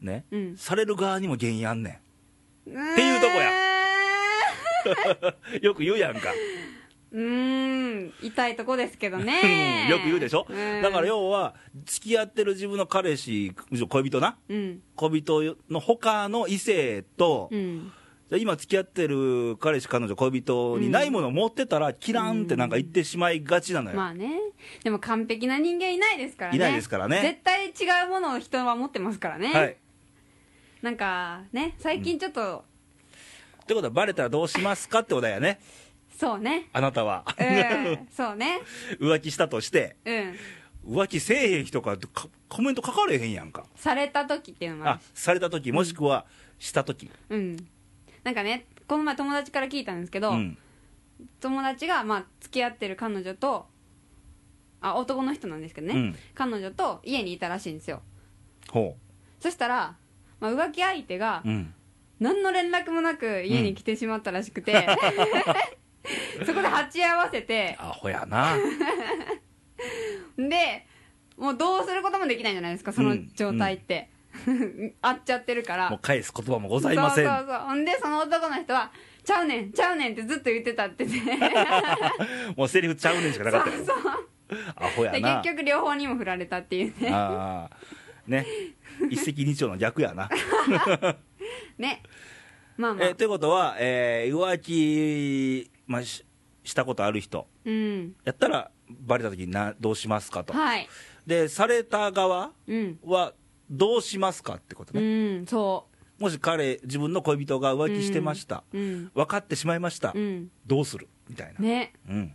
Speaker 1: ね、
Speaker 2: うん
Speaker 1: される側にも原因あんね
Speaker 2: って
Speaker 1: いうとこやんよく言うやんか
Speaker 2: うーん痛いとこですけど
Speaker 1: う
Speaker 2: ね
Speaker 1: んよく言うでしょ、
Speaker 2: うん
Speaker 1: だから要は付き合ってる自分の彼氏むしろ恋人な
Speaker 2: うん
Speaker 1: 恋人の他の異性と、
Speaker 2: うん
Speaker 1: じゃあ今付き合ってる彼氏彼女恋人にないものを持ってたら、キランってなんか言ってしまいがちなのよ、
Speaker 2: まあねでも完璧な人間いないですからね
Speaker 1: いないですからね
Speaker 2: 絶対違うものを人は持ってますからね、
Speaker 1: はい
Speaker 2: なんかね最近ちょっと、
Speaker 1: ってことはバレたらどうしますかってことだよね
Speaker 2: そうね
Speaker 1: あなたは、
Speaker 2: うん そうね
Speaker 1: 浮気したとして
Speaker 2: うん
Speaker 1: 浮気せえへん人かかコメント書かれへんやんか
Speaker 2: された時っていうのもあ
Speaker 1: あ
Speaker 2: るし
Speaker 1: された時もしくはした時
Speaker 2: うんなんかねこの前友達から聞いたんですけ
Speaker 1: う
Speaker 2: ど、
Speaker 1: ん
Speaker 2: 友達がまあ付き合ってる彼女とあ男の人なんですけどね、
Speaker 1: うん
Speaker 2: 彼女と家にいたらしいんですよ
Speaker 1: ほ
Speaker 2: そしたら、まあ、浮気相手が
Speaker 1: ううん
Speaker 2: 何の連絡もなく家に来てしまったらしくて、 そこで鉢合わせて
Speaker 1: アホや な
Speaker 2: でもうどうすることもできないじゃないですかその状態って、 会っちゃってるから
Speaker 1: もう返す言葉もございません
Speaker 2: そうそうそうほんでその男の人は「ちゃうねんちゃうねん」ってずっと言ってたってね
Speaker 1: もうセリフちゃうねんしかなかったよアホ や
Speaker 2: で
Speaker 1: な
Speaker 2: 結局両方にも振られたっていうね
Speaker 1: あーね一石二鳥の逆 やな
Speaker 2: ねまあまあ、
Speaker 1: えーということは、えー浮気、まあ、ししたことある人
Speaker 2: うん
Speaker 1: やったらバレた時になどうしますかと、
Speaker 2: はい
Speaker 1: でされた側
Speaker 2: うん
Speaker 1: はどうしますかってこと
Speaker 2: う
Speaker 1: ね、
Speaker 2: んそ
Speaker 1: もし彼自分の恋人が浮気してました、
Speaker 2: ううん
Speaker 1: 分かってしまいました、
Speaker 2: うん
Speaker 1: どうするみたいな、
Speaker 2: ね
Speaker 1: うん、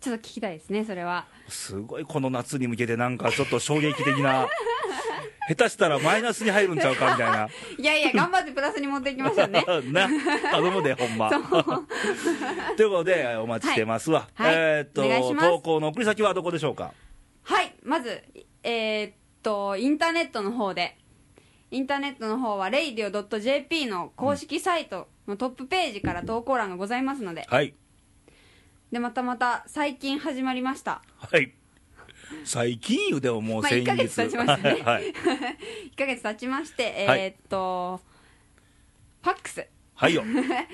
Speaker 2: ちょっと聞きたいですねそれは
Speaker 1: すごいこの夏に向けてなんかちょっと衝撃的 な下手したらマイナスに入るんちゃうかみたいない
Speaker 2: やいや頑張ってプラスに持っていきましょうね
Speaker 1: な頼むでほんま ということでお待ちしてますわ、
Speaker 2: はいはい
Speaker 1: えーっと
Speaker 2: お願いします
Speaker 1: 投稿の送り先はどこでしょうか
Speaker 2: はい、まず、えーっと、インターネットの方で、インターネットの方は、radio.jp の公式サイトのトップページから投稿欄がございますので、
Speaker 1: はい
Speaker 2: で、またまた、最近始まりました。
Speaker 1: はい最近言うてももう
Speaker 2: まあ
Speaker 1: 先月、
Speaker 2: 1ヶ月経ちました
Speaker 1: は
Speaker 2: ね
Speaker 1: いはい
Speaker 2: 1ヶ月経ちまして、え
Speaker 1: はい
Speaker 2: ーっと、ファックス。
Speaker 1: はいよ
Speaker 2: ファッ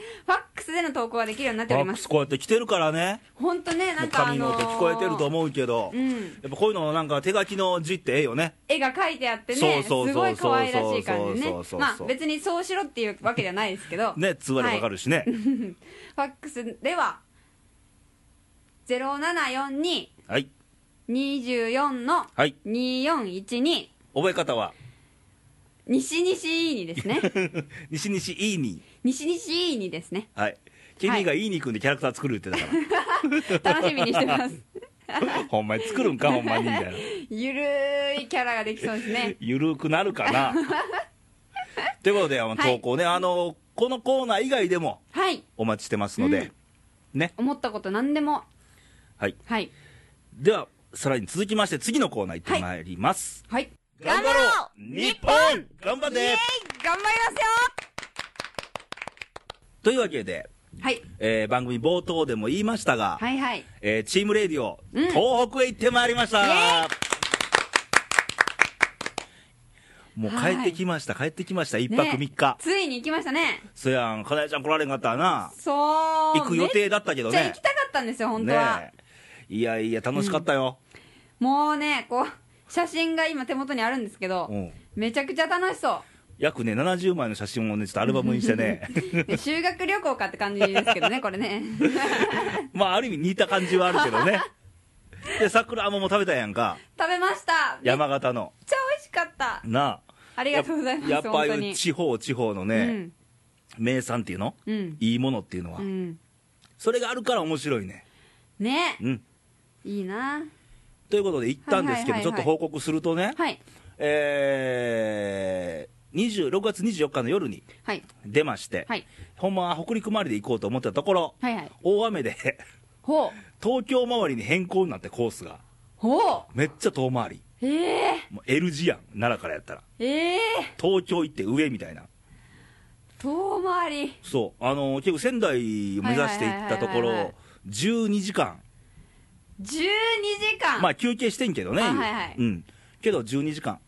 Speaker 2: クスでの投稿ができるようになっておりま
Speaker 1: ファック
Speaker 2: す
Speaker 1: ス。こうやって来てるからね
Speaker 2: 本当ね、
Speaker 1: も
Speaker 2: な
Speaker 1: うん
Speaker 2: かあ
Speaker 1: 紙の
Speaker 2: の
Speaker 1: 音聞こえてると思うけど、
Speaker 2: うん
Speaker 1: やっぱこういうのなんか手書きの字ってええよね
Speaker 2: 絵が描いてあって
Speaker 1: そう
Speaker 2: ね、す
Speaker 1: そうそう
Speaker 2: ごい可愛らしい
Speaker 1: そう
Speaker 2: 感じでね
Speaker 1: そうそうそ。う
Speaker 2: まあ、別にそうしろっていうわけじゃないですけど。
Speaker 1: ね通話でわかるしね
Speaker 2: ファックスでは0742
Speaker 1: はい
Speaker 2: 24の
Speaker 1: はい
Speaker 2: 2412
Speaker 1: 覚え方は
Speaker 2: 西西いいにですね
Speaker 1: 西西いいに
Speaker 2: 西西いいにですね
Speaker 1: はいケニーがいいに君でキャラクター作るって言ってたか
Speaker 2: 楽しみにしてます
Speaker 1: ら、ほんまに作るんかほんまにみたいな
Speaker 2: ゆるいキャラができそうです ね
Speaker 1: ゆるくなるかな。ということで、あの
Speaker 2: はい
Speaker 1: 投稿ね、あの、このコーナー以外でも
Speaker 2: はい
Speaker 1: お待ちしてますので、ね。
Speaker 2: 思ったこと何でも
Speaker 1: はい。
Speaker 2: はい
Speaker 1: では、さらに続きまして、次のコーナー行ってまいります。
Speaker 2: はい
Speaker 3: 頑張ろ
Speaker 1: う日本頑張っ
Speaker 2: イエ
Speaker 1: て
Speaker 2: イ頑張りま
Speaker 1: というわけで、
Speaker 2: すよ、はい、
Speaker 1: えー番組冒頭でも言いましたが、
Speaker 2: はいはい
Speaker 1: えーチームレディオ、
Speaker 2: うん
Speaker 1: 東北へ行ってまいりました
Speaker 2: イエ
Speaker 1: もう帰ってきました、帰ってきました、一泊
Speaker 2: ね
Speaker 1: 三日。
Speaker 2: ついに行きましたね
Speaker 1: そやん、かなえちゃん来られんかったらな。
Speaker 2: そう
Speaker 1: 行く予定だったけ
Speaker 2: め
Speaker 1: ど
Speaker 2: っちゃ
Speaker 1: ね
Speaker 2: 行き。たかったんですよ本当は、
Speaker 1: ねえいやいや楽しかったよ、
Speaker 2: もうねこう写真が今手元にあるんですけど、
Speaker 1: うん
Speaker 2: めちゃくちゃ楽しそ
Speaker 1: 約ね70枚の写真をねちょっとアルバムにしてね
Speaker 2: うで修学旅行かって感じですけど ねこれね
Speaker 1: まあある意味似た感じはあるけどねで桜あんまも食べたやんか
Speaker 2: 食べましためっちゃ
Speaker 1: 山形の
Speaker 2: 美味しかった
Speaker 1: なあ
Speaker 2: ありがとうございます
Speaker 1: やっぱああ
Speaker 2: 本当
Speaker 1: いう
Speaker 2: に
Speaker 1: 地方地方のね、名産っていうの、
Speaker 2: うんうん
Speaker 1: いいものっていうのは、
Speaker 2: うん
Speaker 1: それがあるから面白いね
Speaker 2: ね
Speaker 1: うん
Speaker 2: いいな
Speaker 1: ということで行ったんですけど、
Speaker 2: はいはいはいはい
Speaker 1: ちょっと報告するとね、
Speaker 2: はい
Speaker 1: えー、26月24日の夜に
Speaker 2: はい
Speaker 1: 出まして、
Speaker 2: はい
Speaker 1: ほんまは北陸周りで行こうと思ってたところ、
Speaker 2: はいはい
Speaker 1: 大雨で
Speaker 2: ほう
Speaker 1: 東京周りに変更になってコースが
Speaker 2: ほ
Speaker 1: めっちゃ遠回り
Speaker 2: うええ
Speaker 1: もう L 字やん奈良からやったら
Speaker 2: ええ
Speaker 1: 東京行って上みたいな
Speaker 2: 遠回り
Speaker 1: そうあのー結構仙台目指して行ったとこ
Speaker 2: はいはいはいはいはい
Speaker 1: ろ12時間
Speaker 2: 12時間、
Speaker 1: まあ休憩してんけどね、
Speaker 2: あはいはい
Speaker 1: うんけど12時間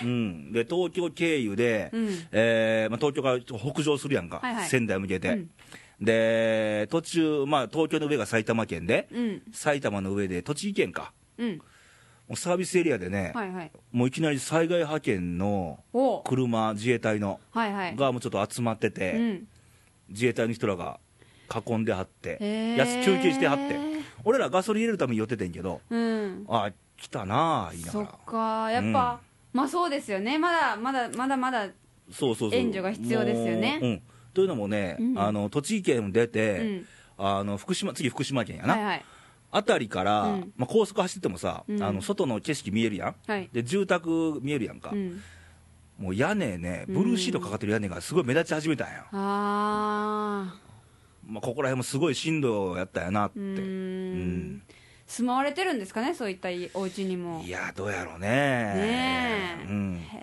Speaker 1: うん、で東京経由で、
Speaker 2: うん
Speaker 1: えーまあ、東京から北上するやんか、
Speaker 2: はいはい
Speaker 1: 仙台向けて、
Speaker 2: うん
Speaker 1: で、途中、まあ、東京の上が埼玉県で、
Speaker 2: うん
Speaker 1: 埼玉の上で栃木県か、
Speaker 2: うん
Speaker 1: もうサービスエリアでね、
Speaker 2: はいはい
Speaker 1: もういきなり災害派遣の
Speaker 2: おう
Speaker 1: 車、自衛隊の、
Speaker 2: はいはい
Speaker 1: がもうちょっと集まってて、
Speaker 2: うん
Speaker 1: 自衛隊の人らが囲んではって、
Speaker 2: へー
Speaker 1: やつ休憩してはって、俺らガソリン入れるために寄っててんけど、
Speaker 2: うん
Speaker 1: あ来たなあ、言いなが
Speaker 2: そっ
Speaker 1: ら、
Speaker 2: かやっぱ、まあそうですよねまだまだまだまだ
Speaker 1: そうそうそう
Speaker 2: 援助が必要ですよね
Speaker 1: もううん、というのもね、
Speaker 2: うん
Speaker 1: あの栃木県出て、
Speaker 2: うん
Speaker 1: あの福島次、福島県やな、
Speaker 2: はいはい
Speaker 1: 辺りから、
Speaker 2: うん
Speaker 1: まあ、高速走っててもさ、
Speaker 2: うん
Speaker 1: あの外の景色見えるやん、
Speaker 2: はい
Speaker 1: で住宅見えるやんか、
Speaker 2: うん
Speaker 1: もう屋根ね、ブルーシートかかってる屋根がすごい目立ち始めたんや、
Speaker 2: あ
Speaker 1: まあ、ここら辺もすごい震度やったんやなっ
Speaker 2: ー
Speaker 1: て、
Speaker 2: うーん
Speaker 1: うん
Speaker 2: 住まわれてるんですかねそういったお家にも
Speaker 1: いや、どうやろうね、
Speaker 2: ねえ
Speaker 1: うん、
Speaker 2: へ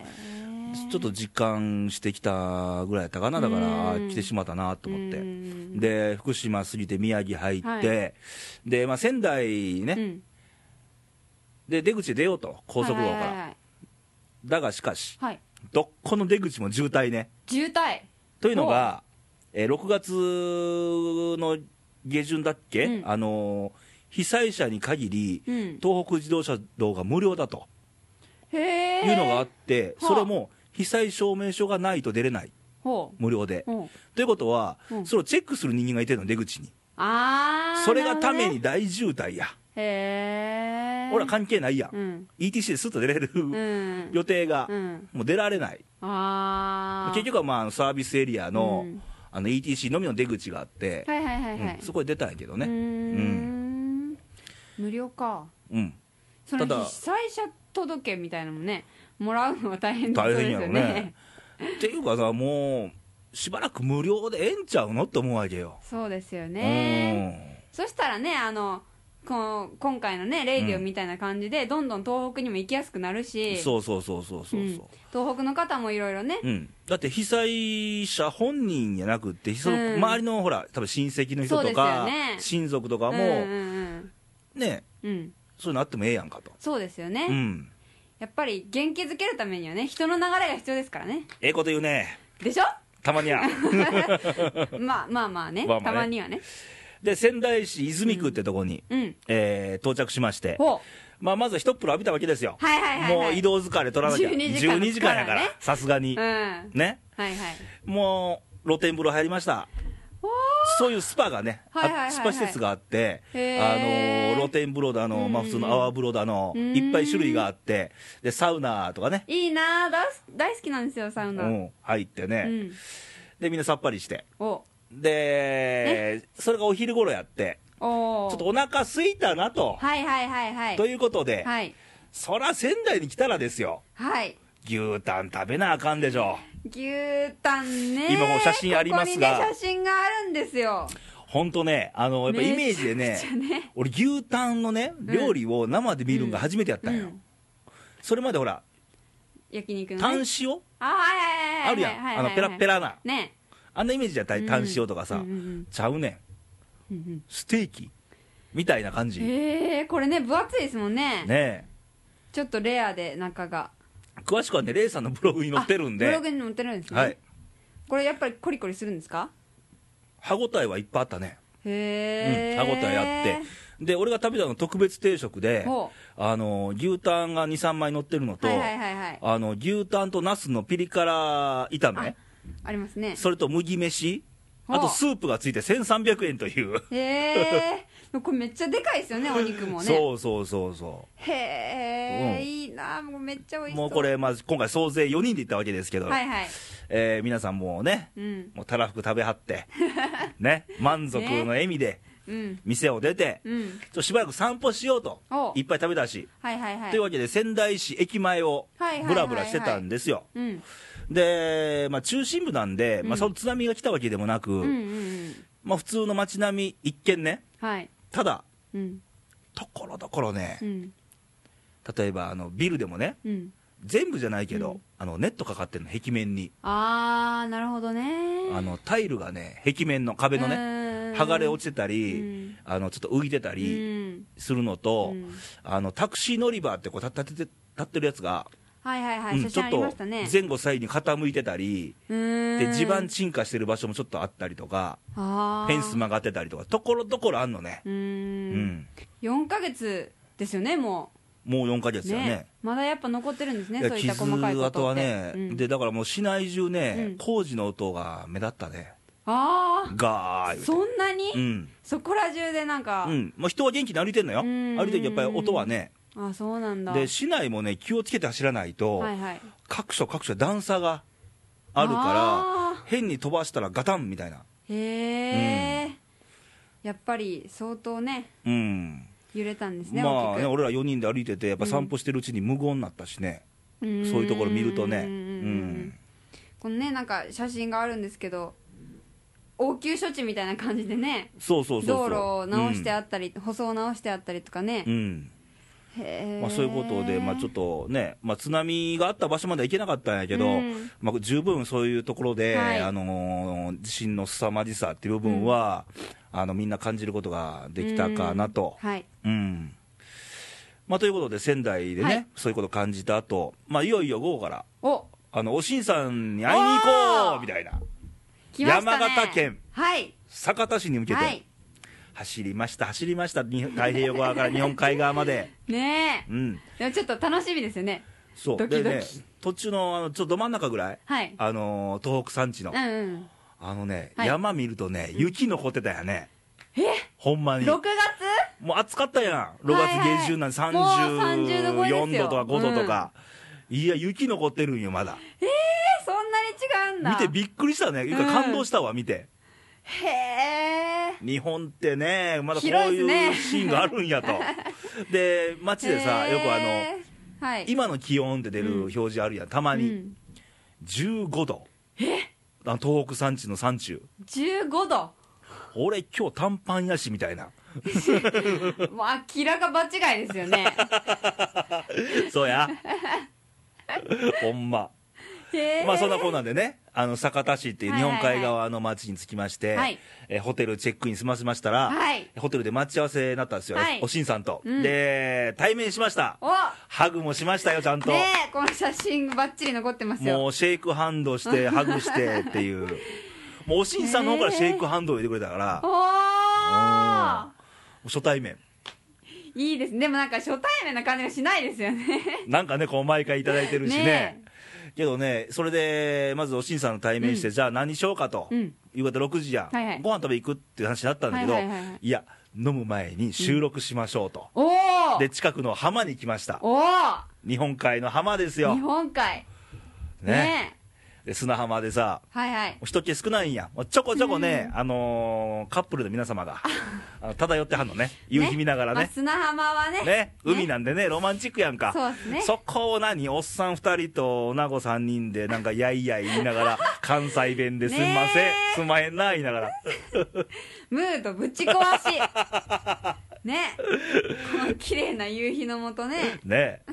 Speaker 1: ちょっと実感してきたぐらいやったかな、だか
Speaker 2: うん
Speaker 1: ら、あ来てしまったなと思って。
Speaker 2: うん
Speaker 1: で福島過ぎて宮城入って、
Speaker 2: は
Speaker 1: でまあ、仙台ね、
Speaker 2: うん
Speaker 1: で出口で出ようと、高速道路から、
Speaker 2: はいはいはいはい
Speaker 1: だがしかし、
Speaker 2: はい
Speaker 1: どっこの出口も渋滞ね。
Speaker 2: 渋滞
Speaker 1: というのが、えー6月の下旬だっけ、
Speaker 2: うん
Speaker 1: あのー被災者に限り、
Speaker 2: うん
Speaker 1: 東北自動車道が無料だと
Speaker 2: へ
Speaker 1: い
Speaker 2: え
Speaker 1: うのがあって、
Speaker 2: はあ
Speaker 1: それも被災証明書がないと出れない、
Speaker 2: ほう
Speaker 1: 無料で。
Speaker 2: ほう
Speaker 1: ということは、
Speaker 2: うん
Speaker 1: それをチェックする人間がいてるの、出口に。
Speaker 2: ああ
Speaker 1: それがために大渋滞や、
Speaker 2: へえ
Speaker 1: 俺ら関係ないやん、
Speaker 2: うん
Speaker 1: ETC ですっと出れる、
Speaker 2: うん
Speaker 1: 予定が、
Speaker 2: うん
Speaker 1: もう出られない、
Speaker 2: ああ
Speaker 1: 結局はまああのサービスエリアの,、
Speaker 2: うん
Speaker 1: あの ETC のみの出口があって、
Speaker 2: はいはいはいはい、
Speaker 1: うんそこで出たんやけどね、
Speaker 2: うー
Speaker 1: うん
Speaker 2: ん無料か
Speaker 1: うん、
Speaker 2: その
Speaker 1: ただ
Speaker 2: 被災者届見たいなのもねもらうのは大変だそう
Speaker 1: 大
Speaker 2: です
Speaker 1: 変や
Speaker 2: よ
Speaker 1: ろ
Speaker 2: ね
Speaker 1: ね。っていうかさ、もうしばらく無料でええんちゃうのって思うわけよ。
Speaker 2: そうですよ
Speaker 1: う
Speaker 2: ね
Speaker 1: ん
Speaker 2: そしたらねあのこの今回のねレイディオみたいな感じで、どんどん東北にも行きやすくなるし
Speaker 1: そうそうそうそうそううんそ
Speaker 2: 東北の方もいろいろね
Speaker 1: う、うんだって被災者本人じゃなくって、その
Speaker 2: うん
Speaker 1: 周りのほら、多分親戚の人とか、
Speaker 2: そうですよね
Speaker 1: 親族とかも、
Speaker 2: んうん
Speaker 1: ね、
Speaker 2: うんうん
Speaker 1: そういうのあってもええやんかと、
Speaker 2: そうですよね、
Speaker 1: うん、
Speaker 2: やっぱり元気づけるためにはね人の流れが必要ですからね
Speaker 1: ええこと言うね、
Speaker 2: でしょ
Speaker 1: たまに は。
Speaker 2: まあまあまあね
Speaker 1: まあまあね
Speaker 2: たまにはね
Speaker 1: で、仙台市泉区ってとこに、
Speaker 2: うん
Speaker 1: えー到着しまして、
Speaker 2: ほ
Speaker 1: まあ、まずは一風呂浴びたわけですよ。
Speaker 2: はいはいはいはい
Speaker 1: もう移動疲れ取らなきゃ
Speaker 2: 12時間
Speaker 1: 12時間やから
Speaker 2: ね
Speaker 1: さすが
Speaker 2: う
Speaker 1: に
Speaker 2: うんはい
Speaker 1: ね
Speaker 2: はい
Speaker 1: もう露天風呂入りました
Speaker 2: おー
Speaker 1: そういうスパがね、
Speaker 2: はいはいはいはい
Speaker 1: あスパ施設があって、あ
Speaker 2: へー
Speaker 1: の露天風呂だの、まあ、
Speaker 2: うん
Speaker 1: 普通の泡風呂だの、
Speaker 2: うん
Speaker 1: いっぱい種類があって、でサウナとかね、
Speaker 2: いいなあだす大好きなんですよサウ
Speaker 1: う
Speaker 2: ナうん、
Speaker 1: ん、入ってね、でみんなさっぱりして、
Speaker 2: お
Speaker 1: で、それがお昼頃やって、
Speaker 2: お
Speaker 1: ちょっと
Speaker 2: っ
Speaker 1: お腹空いたなと、
Speaker 2: はいはいはいはい
Speaker 1: ということで、
Speaker 2: はい
Speaker 1: そら仙台に来たらですよ、
Speaker 2: はい
Speaker 1: 牛タン食べなあかんでしょ。
Speaker 2: 牛タンね
Speaker 1: 今もう写真ありますが
Speaker 2: ここにね写真があるんですよ
Speaker 1: ほんとね、あの、やっぱイメージでね
Speaker 2: めちゃ、くちゃね
Speaker 1: 俺牛タンのね、料理を生で見るのが初めてやったんよ。
Speaker 2: うん
Speaker 1: それまでほら、
Speaker 2: 焼肉の
Speaker 1: タン
Speaker 2: ね
Speaker 1: 塩
Speaker 2: あはいはいはい
Speaker 1: あるやん。あの、ペラッペ
Speaker 2: ラ
Speaker 1: ラな。
Speaker 2: ね
Speaker 1: あんなイメージじゃない、タン塩とか
Speaker 2: うん
Speaker 1: さ
Speaker 2: うんうん。
Speaker 1: ちゃうね
Speaker 2: うんうん
Speaker 1: ん。ステーキみたいな感じ。ね
Speaker 2: へえこれね分厚いですもんね
Speaker 1: え。
Speaker 2: ちょっとレアで中が
Speaker 1: 詳しくはね、レイさんのブログに載ってるん
Speaker 2: あブロ
Speaker 1: で、
Speaker 2: グに載ってるんですね、
Speaker 1: はい。
Speaker 2: これやっぱりコリコリするんですか
Speaker 1: 歯応えはいっぱいあったね。うん、
Speaker 2: へえ、
Speaker 1: 歯応えあって。で、俺が食べたのは特別定食で、
Speaker 2: ほ
Speaker 1: あの、牛タンが2、3枚乗ってるのと、
Speaker 2: はいはいはいはい
Speaker 1: あの牛タンとナスのピリ辛炒め、
Speaker 2: ありますね
Speaker 1: それと麦飯、
Speaker 2: ほう
Speaker 1: あとスープがついて1300円という、
Speaker 2: へ えこれめっちゃでかいですよねお肉もね
Speaker 1: そうそうそうそ
Speaker 2: へえ、
Speaker 1: うん
Speaker 2: いいなもうめっちゃ美
Speaker 1: う、
Speaker 2: 味しそ
Speaker 1: も
Speaker 2: う
Speaker 1: うこれ、まず今回、総勢4人で行ったわけですけど、
Speaker 2: はいはい
Speaker 1: えー皆さんもうね、
Speaker 2: うん
Speaker 1: もうたらふく食べは って、ね、満足の笑みで
Speaker 2: うん
Speaker 1: 店を出て、ちょ
Speaker 2: うん
Speaker 1: っとしばらく散歩しようと
Speaker 2: お、
Speaker 1: いっぱい食べたし、
Speaker 2: はいはいはい
Speaker 1: というわけで、仙台市駅前を
Speaker 2: はいはいはいはい
Speaker 1: ぶらぶらしてたんですよ。
Speaker 2: うん、
Speaker 1: で、まあ、中心部なんで、まあ、その津波が来たわけでもなく、
Speaker 2: うんうんうん
Speaker 1: まあ、普通の街並み一見ね
Speaker 2: はい
Speaker 1: ただ
Speaker 2: うん
Speaker 1: ところどころね、
Speaker 2: うん
Speaker 1: 例えばあのビルでもね
Speaker 2: うん
Speaker 1: 全部じゃないけど、
Speaker 2: うん
Speaker 1: あのネットかかってるの壁面に、
Speaker 2: ああなるほどね
Speaker 1: あのタイルがね壁面の壁のね、
Speaker 2: ね
Speaker 1: 剥がれ落ち
Speaker 2: ち
Speaker 1: てたり、
Speaker 2: うん
Speaker 1: あのちょっと浮いてた
Speaker 2: う
Speaker 1: り
Speaker 2: ん
Speaker 1: するのと、
Speaker 2: うん
Speaker 1: あのタクシー乗り場ってこう立てて立ってるやつが
Speaker 2: はいはいは
Speaker 1: う
Speaker 2: い、
Speaker 1: ん
Speaker 2: 写
Speaker 1: ちょっ
Speaker 2: 真あ
Speaker 1: と
Speaker 2: りましたね
Speaker 1: 前後左右に傾いてたり、
Speaker 2: うーん
Speaker 1: で地盤沈下してる場所もちょっとあったりとか、
Speaker 2: あ
Speaker 1: フェンス
Speaker 2: ま
Speaker 1: 曲がってたりとか、ところどころあんのね、
Speaker 2: うー
Speaker 1: うんん、
Speaker 2: 4ヶ月ですよねも
Speaker 1: もう4ヶ月
Speaker 2: う
Speaker 1: だ
Speaker 2: ね
Speaker 1: よね。
Speaker 2: まだやっぱ残ってるんです
Speaker 1: い
Speaker 2: ね
Speaker 1: や
Speaker 2: そういった
Speaker 1: 傷
Speaker 2: 細かいことって
Speaker 1: 跡はね、
Speaker 2: うん
Speaker 1: でだからもう市内中ね、
Speaker 2: うん
Speaker 1: 工事の音が目立ったね、
Speaker 2: あ
Speaker 1: ガ
Speaker 2: あ
Speaker 1: ーッ
Speaker 2: そんなに、
Speaker 1: うん、
Speaker 2: そこら中でなんか、
Speaker 1: うんまあ、人は元気に歩いてんのよ、
Speaker 2: うん
Speaker 1: 歩いてるやっぱり音はね、
Speaker 2: あそうなんだ
Speaker 1: で市内もね、気をつけて走らないと、
Speaker 2: はいはい
Speaker 1: 各所各所、段差があるか
Speaker 2: あ
Speaker 1: ら、変に飛ばしたらガタンみたいな、
Speaker 2: ーへえ、やっぱり相当ね
Speaker 1: うん、
Speaker 2: 揺れたんですね
Speaker 1: まあね、
Speaker 2: 大き
Speaker 1: 俺ら4人で歩いてて、やっぱ散歩してるうちに無言になったしね、
Speaker 2: く
Speaker 1: そういうところ見るとね、
Speaker 2: う
Speaker 1: うん
Speaker 2: このねなんか写真があるんですけど応急処置みたいな感じでね
Speaker 1: そうそうそうそう、
Speaker 2: 道路を直してあったり、舗装を直してあったりとかね
Speaker 1: う、ん、
Speaker 2: へー
Speaker 1: まあ、そういうことで、まあ、ちょっとね、まあ、津波があった場所までは行けなかったんやけど、
Speaker 2: うん
Speaker 1: まあ、十分そういうところで、
Speaker 2: はい
Speaker 1: あのー地震の凄まじさっていう部分は、あのみんな感じることができたかなと。
Speaker 2: うんはい
Speaker 1: うんまあ、ということで、仙台でね、
Speaker 2: はい
Speaker 1: そういうことを感じた後、まあいよいよ午後から、
Speaker 2: お
Speaker 1: あのおしんさんに会いに行こ
Speaker 2: おー
Speaker 1: うみたいな、
Speaker 2: 来ましたね
Speaker 1: 山形県
Speaker 2: はい
Speaker 1: 酒田市に向け
Speaker 2: は
Speaker 1: て
Speaker 2: い、
Speaker 1: 走りました、走りました、に太平洋側 から日本海側まで。
Speaker 2: ねえ
Speaker 1: うん
Speaker 2: でもちょっと楽しみですよね
Speaker 1: そう
Speaker 2: ドキドキ
Speaker 1: でね途中のあのちょっとど真ん中ぐらい、
Speaker 2: はい
Speaker 1: あのー東北山地の、
Speaker 2: うんうん
Speaker 1: あのね、
Speaker 2: はい
Speaker 1: 山見るとね雪残ってたよね、ほんまに
Speaker 2: 6月
Speaker 1: もう暑かったやん6
Speaker 2: はいはい
Speaker 1: 月下旬なんて
Speaker 2: もう30度超えです
Speaker 1: 34
Speaker 2: よ
Speaker 1: 度とか5度とか、いや雪残ってるんよまだ
Speaker 2: えそんなに違うんだ
Speaker 1: 見てびっくりしたね、いう
Speaker 2: う
Speaker 1: か
Speaker 2: ん
Speaker 1: 感動したわ見て
Speaker 2: へえ
Speaker 1: 日本ってねまだこう
Speaker 2: 広いっ
Speaker 1: い
Speaker 2: すね
Speaker 1: うシーンがあるんや とで街でさよくあの
Speaker 2: のはい
Speaker 1: 今の気温って出る表示あるやんたまに、
Speaker 2: うん
Speaker 1: 15度あの東北山地の山中
Speaker 2: 15度
Speaker 1: 俺今日短パンやしみたい な
Speaker 2: もう明らか場違いですよ ね
Speaker 1: そうやほんま
Speaker 2: へえ
Speaker 1: まあそんなこんなんでねあの酒田市っていう
Speaker 2: はい
Speaker 1: 日
Speaker 2: はいは
Speaker 1: 本
Speaker 2: い
Speaker 1: 海側の町に着きまして、
Speaker 2: はい
Speaker 1: えーホテルチェックイン済ませましたら、
Speaker 2: はい
Speaker 1: ホテルで待ち合わせになったんですよ、
Speaker 2: はい
Speaker 1: おしんさんと、
Speaker 2: うん
Speaker 1: で対面しました
Speaker 2: お
Speaker 1: ハグもしましたよちゃんと、
Speaker 2: ねえこの写真ばっちり残ってますよ
Speaker 1: もうシェイクハンドしてハグしてっていう もうおしんさんの方からシェイクハンドを入れてくれたから、
Speaker 2: お
Speaker 1: うん
Speaker 2: お
Speaker 1: 初対面
Speaker 2: いいですねでもなんか初対面な感じがしないですよね
Speaker 1: なんかね、こう毎回いただいてるしね。
Speaker 2: ね
Speaker 1: けどね、それで、まずおしんさんの対面して、じゃあ何しようかと、
Speaker 2: うん
Speaker 1: 夕方6時や、
Speaker 2: はいはい
Speaker 1: ご飯食べ行くっていう話になったんだけど、
Speaker 2: はいいはいはいはい
Speaker 1: や、飲む前に収録しましょうと。
Speaker 2: おお
Speaker 1: で、近くの浜に来ました。
Speaker 2: おお
Speaker 1: 日本海の浜ですよ。
Speaker 2: 日
Speaker 1: ね
Speaker 2: 本海ね
Speaker 1: で砂浜でさ、
Speaker 2: えはいはい
Speaker 1: 人気少ないんや。ちょこちょこね、あのーカップルの皆様 が、あの漂ってはんのね。夕日見ながら
Speaker 2: まあ
Speaker 1: ね。
Speaker 2: 砂浜はね
Speaker 1: ね、海なんでね、ロマンチックやんか。
Speaker 2: そうですね
Speaker 1: そこを何、おっさん2人と女子3人で、なんか、やいやい言いなが ら、関西弁ですんません
Speaker 2: ね、
Speaker 1: すんまへんな、言いながら、
Speaker 2: ムードぶち壊 しねこの綺麗な夕日のもとね
Speaker 1: ね。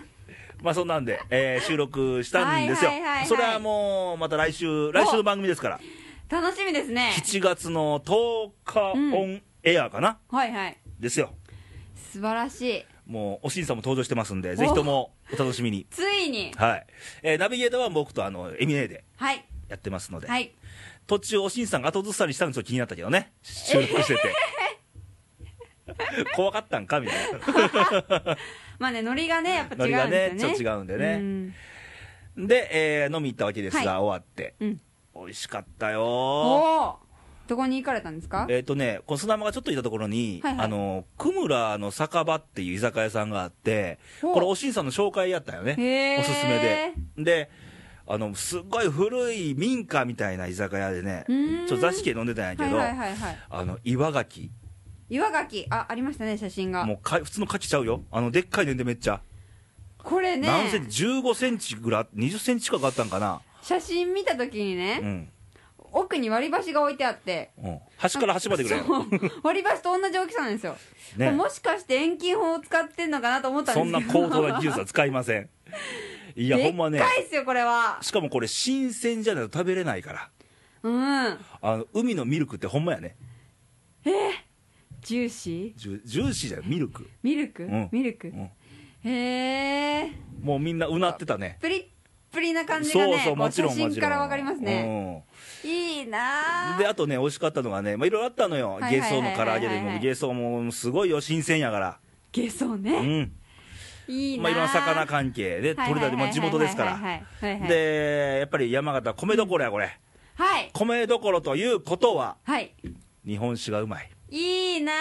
Speaker 1: まあそんなんで、えー収録したんですよ
Speaker 2: はいはいはいはい。
Speaker 1: それはもう、また来週、来週の番組ですから、
Speaker 2: 楽しみですね
Speaker 1: 7月の10日
Speaker 2: うん
Speaker 1: オンエアかな、
Speaker 2: はいはい
Speaker 1: ですよ。
Speaker 2: 素晴らしい
Speaker 1: もう、おしんさんも登場してますんで、ぜひともお楽しみに。
Speaker 2: ついに
Speaker 1: はい。えーナビゲーターは僕と、あの、エミネーで
Speaker 2: はい
Speaker 1: やってますので。
Speaker 2: はい
Speaker 1: 途中おしんさんが後ずさりしたのちょっと気になったけどね収録してて 怖かったんかみたいな
Speaker 2: まあねノリがねやっぱ
Speaker 1: ノ
Speaker 2: 違
Speaker 1: リ
Speaker 2: う
Speaker 1: が
Speaker 2: んで
Speaker 1: ね
Speaker 2: すよね
Speaker 1: ちょっと違うんでね、
Speaker 2: ん
Speaker 1: で、えー飲み行ったわけですが、
Speaker 2: はい
Speaker 1: 終わって
Speaker 2: うん
Speaker 1: 美味しかった
Speaker 2: お
Speaker 1: よ
Speaker 2: おどこに行かれたんですか
Speaker 1: えっ、とねこの砂浜がちょっといたところに、
Speaker 2: はいはい
Speaker 1: あのクムラの酒場っていう居酒屋さんがあって
Speaker 2: ほう
Speaker 1: これおしんさんの紹介やったよね
Speaker 2: へー
Speaker 1: おすすめでであのすっごい古い民家みたいな居酒屋でねち
Speaker 2: うー
Speaker 1: ょ
Speaker 2: ん
Speaker 1: っと座敷で飲んでたんやけ
Speaker 2: はい
Speaker 1: ど、
Speaker 2: はいはいはい
Speaker 1: あの岩牡蠣
Speaker 2: 岩牡蠣あありましたね写真が
Speaker 1: もうか普通の牡蠣ちゃうよ、あのでっかいねんでめっちゃ、
Speaker 2: これね
Speaker 1: 何センチ、15センチぐらい、20センチ近くあったんかな、
Speaker 2: 写真見た時にね、
Speaker 1: うん、
Speaker 2: 奥に割り箸が置いてあって
Speaker 1: うん、端から端までぐらいやろ、
Speaker 2: そう割り箸と同じ大きさなんですよ、
Speaker 1: ね
Speaker 2: これもしかして遠近法を使ってんのかなと思ったんで
Speaker 1: そ
Speaker 2: す
Speaker 1: ん
Speaker 2: け
Speaker 1: な
Speaker 2: ど
Speaker 1: 高等な技術は使いま せん。いや、
Speaker 2: で
Speaker 1: ほ
Speaker 2: っ
Speaker 1: んまね、
Speaker 2: かいっすよこれは
Speaker 1: しかもこれ、新鮮じゃないと食べれないから、
Speaker 2: うん
Speaker 1: あの海のミルクってほんまやね、
Speaker 2: ジューシー
Speaker 1: ジュジューシーじゃん、ミルク、
Speaker 2: ミルク、
Speaker 1: うん
Speaker 2: ミルク、
Speaker 1: うん
Speaker 2: へえ
Speaker 1: もうみんなうなってたね
Speaker 2: プリップリな感じが
Speaker 1: そう
Speaker 2: ね
Speaker 1: そう
Speaker 2: こ
Speaker 1: も
Speaker 2: う
Speaker 1: ち
Speaker 2: 写
Speaker 1: ろんも
Speaker 2: 真
Speaker 1: ち
Speaker 2: か
Speaker 1: ろん
Speaker 2: らわかりますね、いいな
Speaker 1: うん
Speaker 2: あ
Speaker 1: であとね美味しかったのがねまあいろいろあったのよ
Speaker 2: はいはい
Speaker 1: ゲ
Speaker 2: はい
Speaker 1: ソの唐揚げで
Speaker 2: はいはいは
Speaker 1: も
Speaker 2: い
Speaker 1: ゲソもすごいよ新鮮やから
Speaker 2: ゲソ
Speaker 1: う
Speaker 2: ね、
Speaker 1: ん
Speaker 2: いいな
Speaker 1: まあいろんな魚関係で取れたてまあ地元ですか
Speaker 2: は
Speaker 1: ら
Speaker 2: いはいはいはいはい
Speaker 1: でやっぱり山形は米どころやこれ
Speaker 2: はい
Speaker 1: 米どころということは
Speaker 2: はい
Speaker 1: 日本酒がうまい
Speaker 2: いいなあ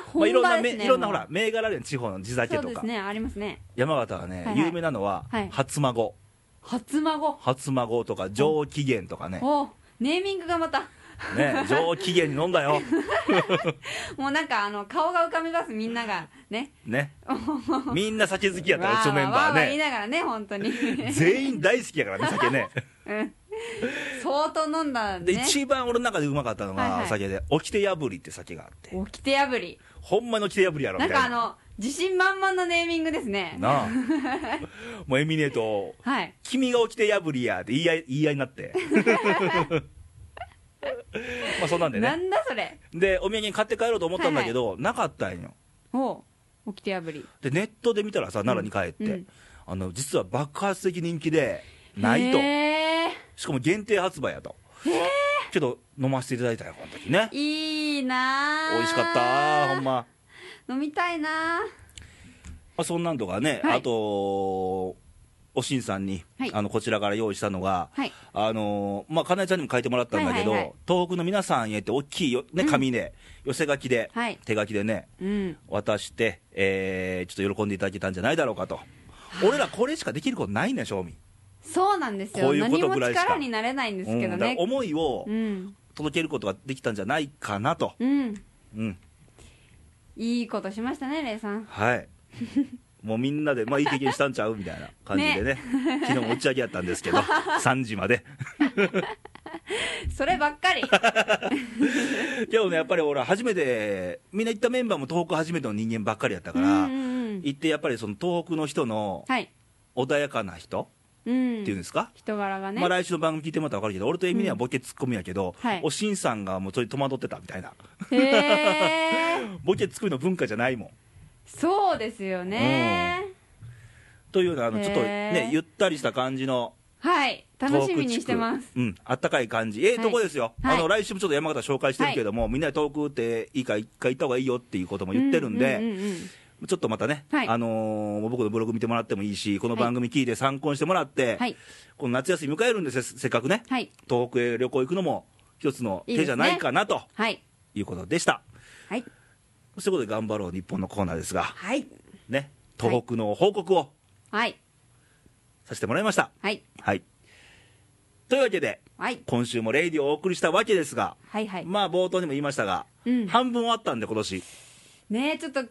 Speaker 1: まあ
Speaker 2: 本
Speaker 1: いろん
Speaker 2: 場
Speaker 1: な
Speaker 2: で
Speaker 1: め
Speaker 2: すね
Speaker 1: いろんなほ
Speaker 2: も
Speaker 1: ら銘柄あるやん地方の地
Speaker 2: う
Speaker 1: 酒
Speaker 2: そう
Speaker 1: と
Speaker 2: で
Speaker 1: か
Speaker 2: すねありますね
Speaker 1: 山形は
Speaker 2: は
Speaker 1: ね
Speaker 2: いはい
Speaker 1: 有名なのは
Speaker 2: はい
Speaker 1: 初孫
Speaker 2: 初孫
Speaker 1: 初孫とか上機嫌とかね
Speaker 2: おネーミングがまた
Speaker 1: ね上機嫌に飲んだ よ
Speaker 2: もうなんかあの顔が浮かびますみんながね
Speaker 1: ねみんな酒好きやった
Speaker 2: わ
Speaker 1: ら
Speaker 2: ー
Speaker 1: 一応メンバー
Speaker 2: わーわー言い
Speaker 1: ね
Speaker 2: ながらね本当に
Speaker 1: 全員大好きや からね酒ね
Speaker 2: 相当飲んだ
Speaker 1: で
Speaker 2: ね
Speaker 1: 一番俺の中でうまかったの
Speaker 2: はいは
Speaker 1: が
Speaker 2: い
Speaker 1: 酒で掟破りって酒があって
Speaker 2: 起きて破り
Speaker 1: ほんまの掟破りやろみ
Speaker 2: な
Speaker 1: たい
Speaker 2: んかあ
Speaker 1: な
Speaker 2: の自信満々のネーミングですね
Speaker 1: なあ もうエミネート
Speaker 2: はい
Speaker 1: 君が起きて破りやって言い合い言い合いになって まあそうなんで
Speaker 2: な
Speaker 1: ね
Speaker 2: んだそれ
Speaker 1: でお土産に買って帰ろうと思ったんだけど、なかったんよ
Speaker 2: おう起きて破り
Speaker 1: でネットで見たらさ奈良に帰って、
Speaker 2: うん
Speaker 1: あの実は爆発的人気でないと
Speaker 2: へ
Speaker 1: しかも限定発売やとけど飲ませていただいたよこの時ね
Speaker 2: ーいいなあ
Speaker 1: 美味しかったほんま
Speaker 2: 飲みたいなあ
Speaker 1: まあ、そんなんとかね、
Speaker 2: はい
Speaker 1: あと、おしんさんに、
Speaker 2: はい
Speaker 1: あのこちらから用意したのが、
Speaker 2: はい
Speaker 1: あのーまあ、かなえちゃんにも書いてもらったんだけど、
Speaker 2: はいはいはい
Speaker 1: 東北の皆さんへって大きいよ、ね、紙で、寄せ書きで、
Speaker 2: はい
Speaker 1: 手書きでね、
Speaker 2: うん
Speaker 1: 渡して、えーちょっと喜んでいただけたんじゃないだろうかと。俺らこれしかできることないね、正味。
Speaker 2: そうなんですよ
Speaker 1: こういうことぐらいしか
Speaker 2: 何も力になれないんですけ
Speaker 1: う
Speaker 2: ど
Speaker 1: んだから
Speaker 2: ね
Speaker 1: 思いを
Speaker 2: うん
Speaker 1: 届けることができたんじゃないかなと。
Speaker 2: うん
Speaker 1: うん。
Speaker 2: いいことしましたねレイさん
Speaker 1: はい。もうみんなで、まあ、いい経験したんちゃうみたいな感じ でね、昨日も打ち上げやったんですけど、3時まで。
Speaker 2: そればっ かり
Speaker 1: けどね、やっぱり俺、初めて、みんな行ったメンバーも東北初めての人間ばっかりやった
Speaker 2: う
Speaker 1: か
Speaker 2: ん
Speaker 1: ら、
Speaker 2: うんうん
Speaker 1: 行ってやっぱりその東北の人の
Speaker 2: はい
Speaker 1: 穏やかな人
Speaker 2: うん
Speaker 1: っていうんですか、
Speaker 2: 人柄がね
Speaker 1: まあ、来週の番組聞いてもらったら分かるけど、俺とエミネはボケツッコミやけど、
Speaker 2: はい
Speaker 1: おしんさんがもうちょい戸惑ってたみたいな、
Speaker 2: へえ
Speaker 1: ボケツッコミの文化じゃないもん。
Speaker 2: そうですよね
Speaker 1: というような、あの
Speaker 2: へー
Speaker 1: ちょっとね、ゆったりした感じの。
Speaker 2: はい楽しみにしてま
Speaker 1: 東北
Speaker 2: す
Speaker 1: 地区うん、あったかい感じ、ええとこですよ、
Speaker 2: はい
Speaker 1: あの来週もちょっと山形紹介してるけども、みんなで遠くっていいか、一回行った方がいいよっていうことも言ってるんで、
Speaker 2: うううん
Speaker 1: ちょっとまたね、
Speaker 2: はい
Speaker 1: あのー僕のブログ見てもらってもいいし、この番組聞いて参考にしてもらって、
Speaker 2: はい
Speaker 1: この夏休み迎えるんですよ、せせっかくね、
Speaker 2: はい
Speaker 1: 東北へ旅行行くのも一つの手じゃないかなと
Speaker 2: はい
Speaker 1: いうことでした。
Speaker 2: はい
Speaker 1: そういうことで、頑張ろう日本のコーナーですが、
Speaker 2: はい
Speaker 1: ね、東北の報告を
Speaker 2: はい
Speaker 1: させてもらいました。
Speaker 2: はい
Speaker 1: はい、というわけで、
Speaker 2: はい
Speaker 1: 今週もレイディをお送りしたわけですが、
Speaker 2: はいはい
Speaker 1: まあ冒頭にも言いましたが、
Speaker 2: うん
Speaker 1: 半分終わったんで、今年
Speaker 2: ねえちょっと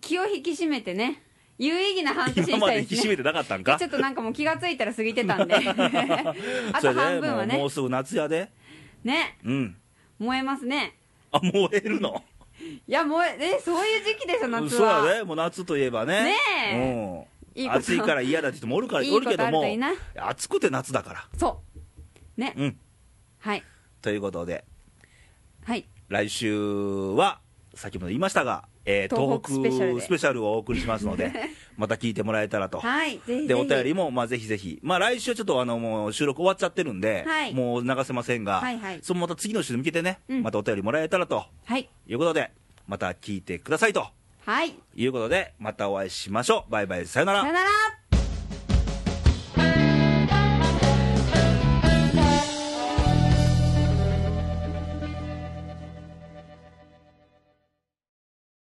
Speaker 2: 気を引き締めてね有意義な半年に
Speaker 1: 今
Speaker 2: し
Speaker 1: ま
Speaker 2: た
Speaker 1: で
Speaker 2: い
Speaker 1: 引き
Speaker 2: です
Speaker 1: 締
Speaker 2: ね
Speaker 1: めてなかったんか
Speaker 2: ちょっとなんかもう気がついたら過ぎてた んであ
Speaker 1: そ
Speaker 2: と
Speaker 1: れで
Speaker 2: 半分は
Speaker 1: もうも
Speaker 2: ね
Speaker 1: うすぐ夏やで、
Speaker 2: ね
Speaker 1: うん、
Speaker 2: 燃えますね
Speaker 1: あ燃えるの
Speaker 2: いや燃ええそういう時期でしょ夏
Speaker 1: そうや
Speaker 2: は
Speaker 1: ねもう夏といえばね
Speaker 2: ね
Speaker 1: う
Speaker 2: え
Speaker 1: ん、
Speaker 2: いいこと
Speaker 1: 暑いから嫌だって人もおるから
Speaker 2: いい
Speaker 1: おるけど
Speaker 2: ことある
Speaker 1: も
Speaker 2: といいな
Speaker 1: 暑くて夏だか
Speaker 2: そうね
Speaker 1: らうん
Speaker 2: はい
Speaker 1: ということで
Speaker 2: はい
Speaker 1: 来週は先ほど言いましたが、えー
Speaker 2: 東
Speaker 1: 東
Speaker 2: 北スペシャルで
Speaker 1: 北スペシャルをお送りしますの でまた聞いてもらえたらと、
Speaker 2: はいぜひ
Speaker 1: で
Speaker 2: ぜ
Speaker 1: お
Speaker 2: ひ
Speaker 1: 便りも、まあ、ぜひぜひ、まあ、来週はちょっとあのもう収録終わっちゃってるんで、
Speaker 2: はい
Speaker 1: もう流せませんが、
Speaker 2: はいはい
Speaker 1: そのまた次の週に向けてね、
Speaker 2: うん
Speaker 1: またお便りもらえたらと
Speaker 2: はい
Speaker 1: いうことでまた聞いてくださいと
Speaker 2: はい
Speaker 1: いうことでまたお会いしましょうバイバイさよなら
Speaker 2: さよなら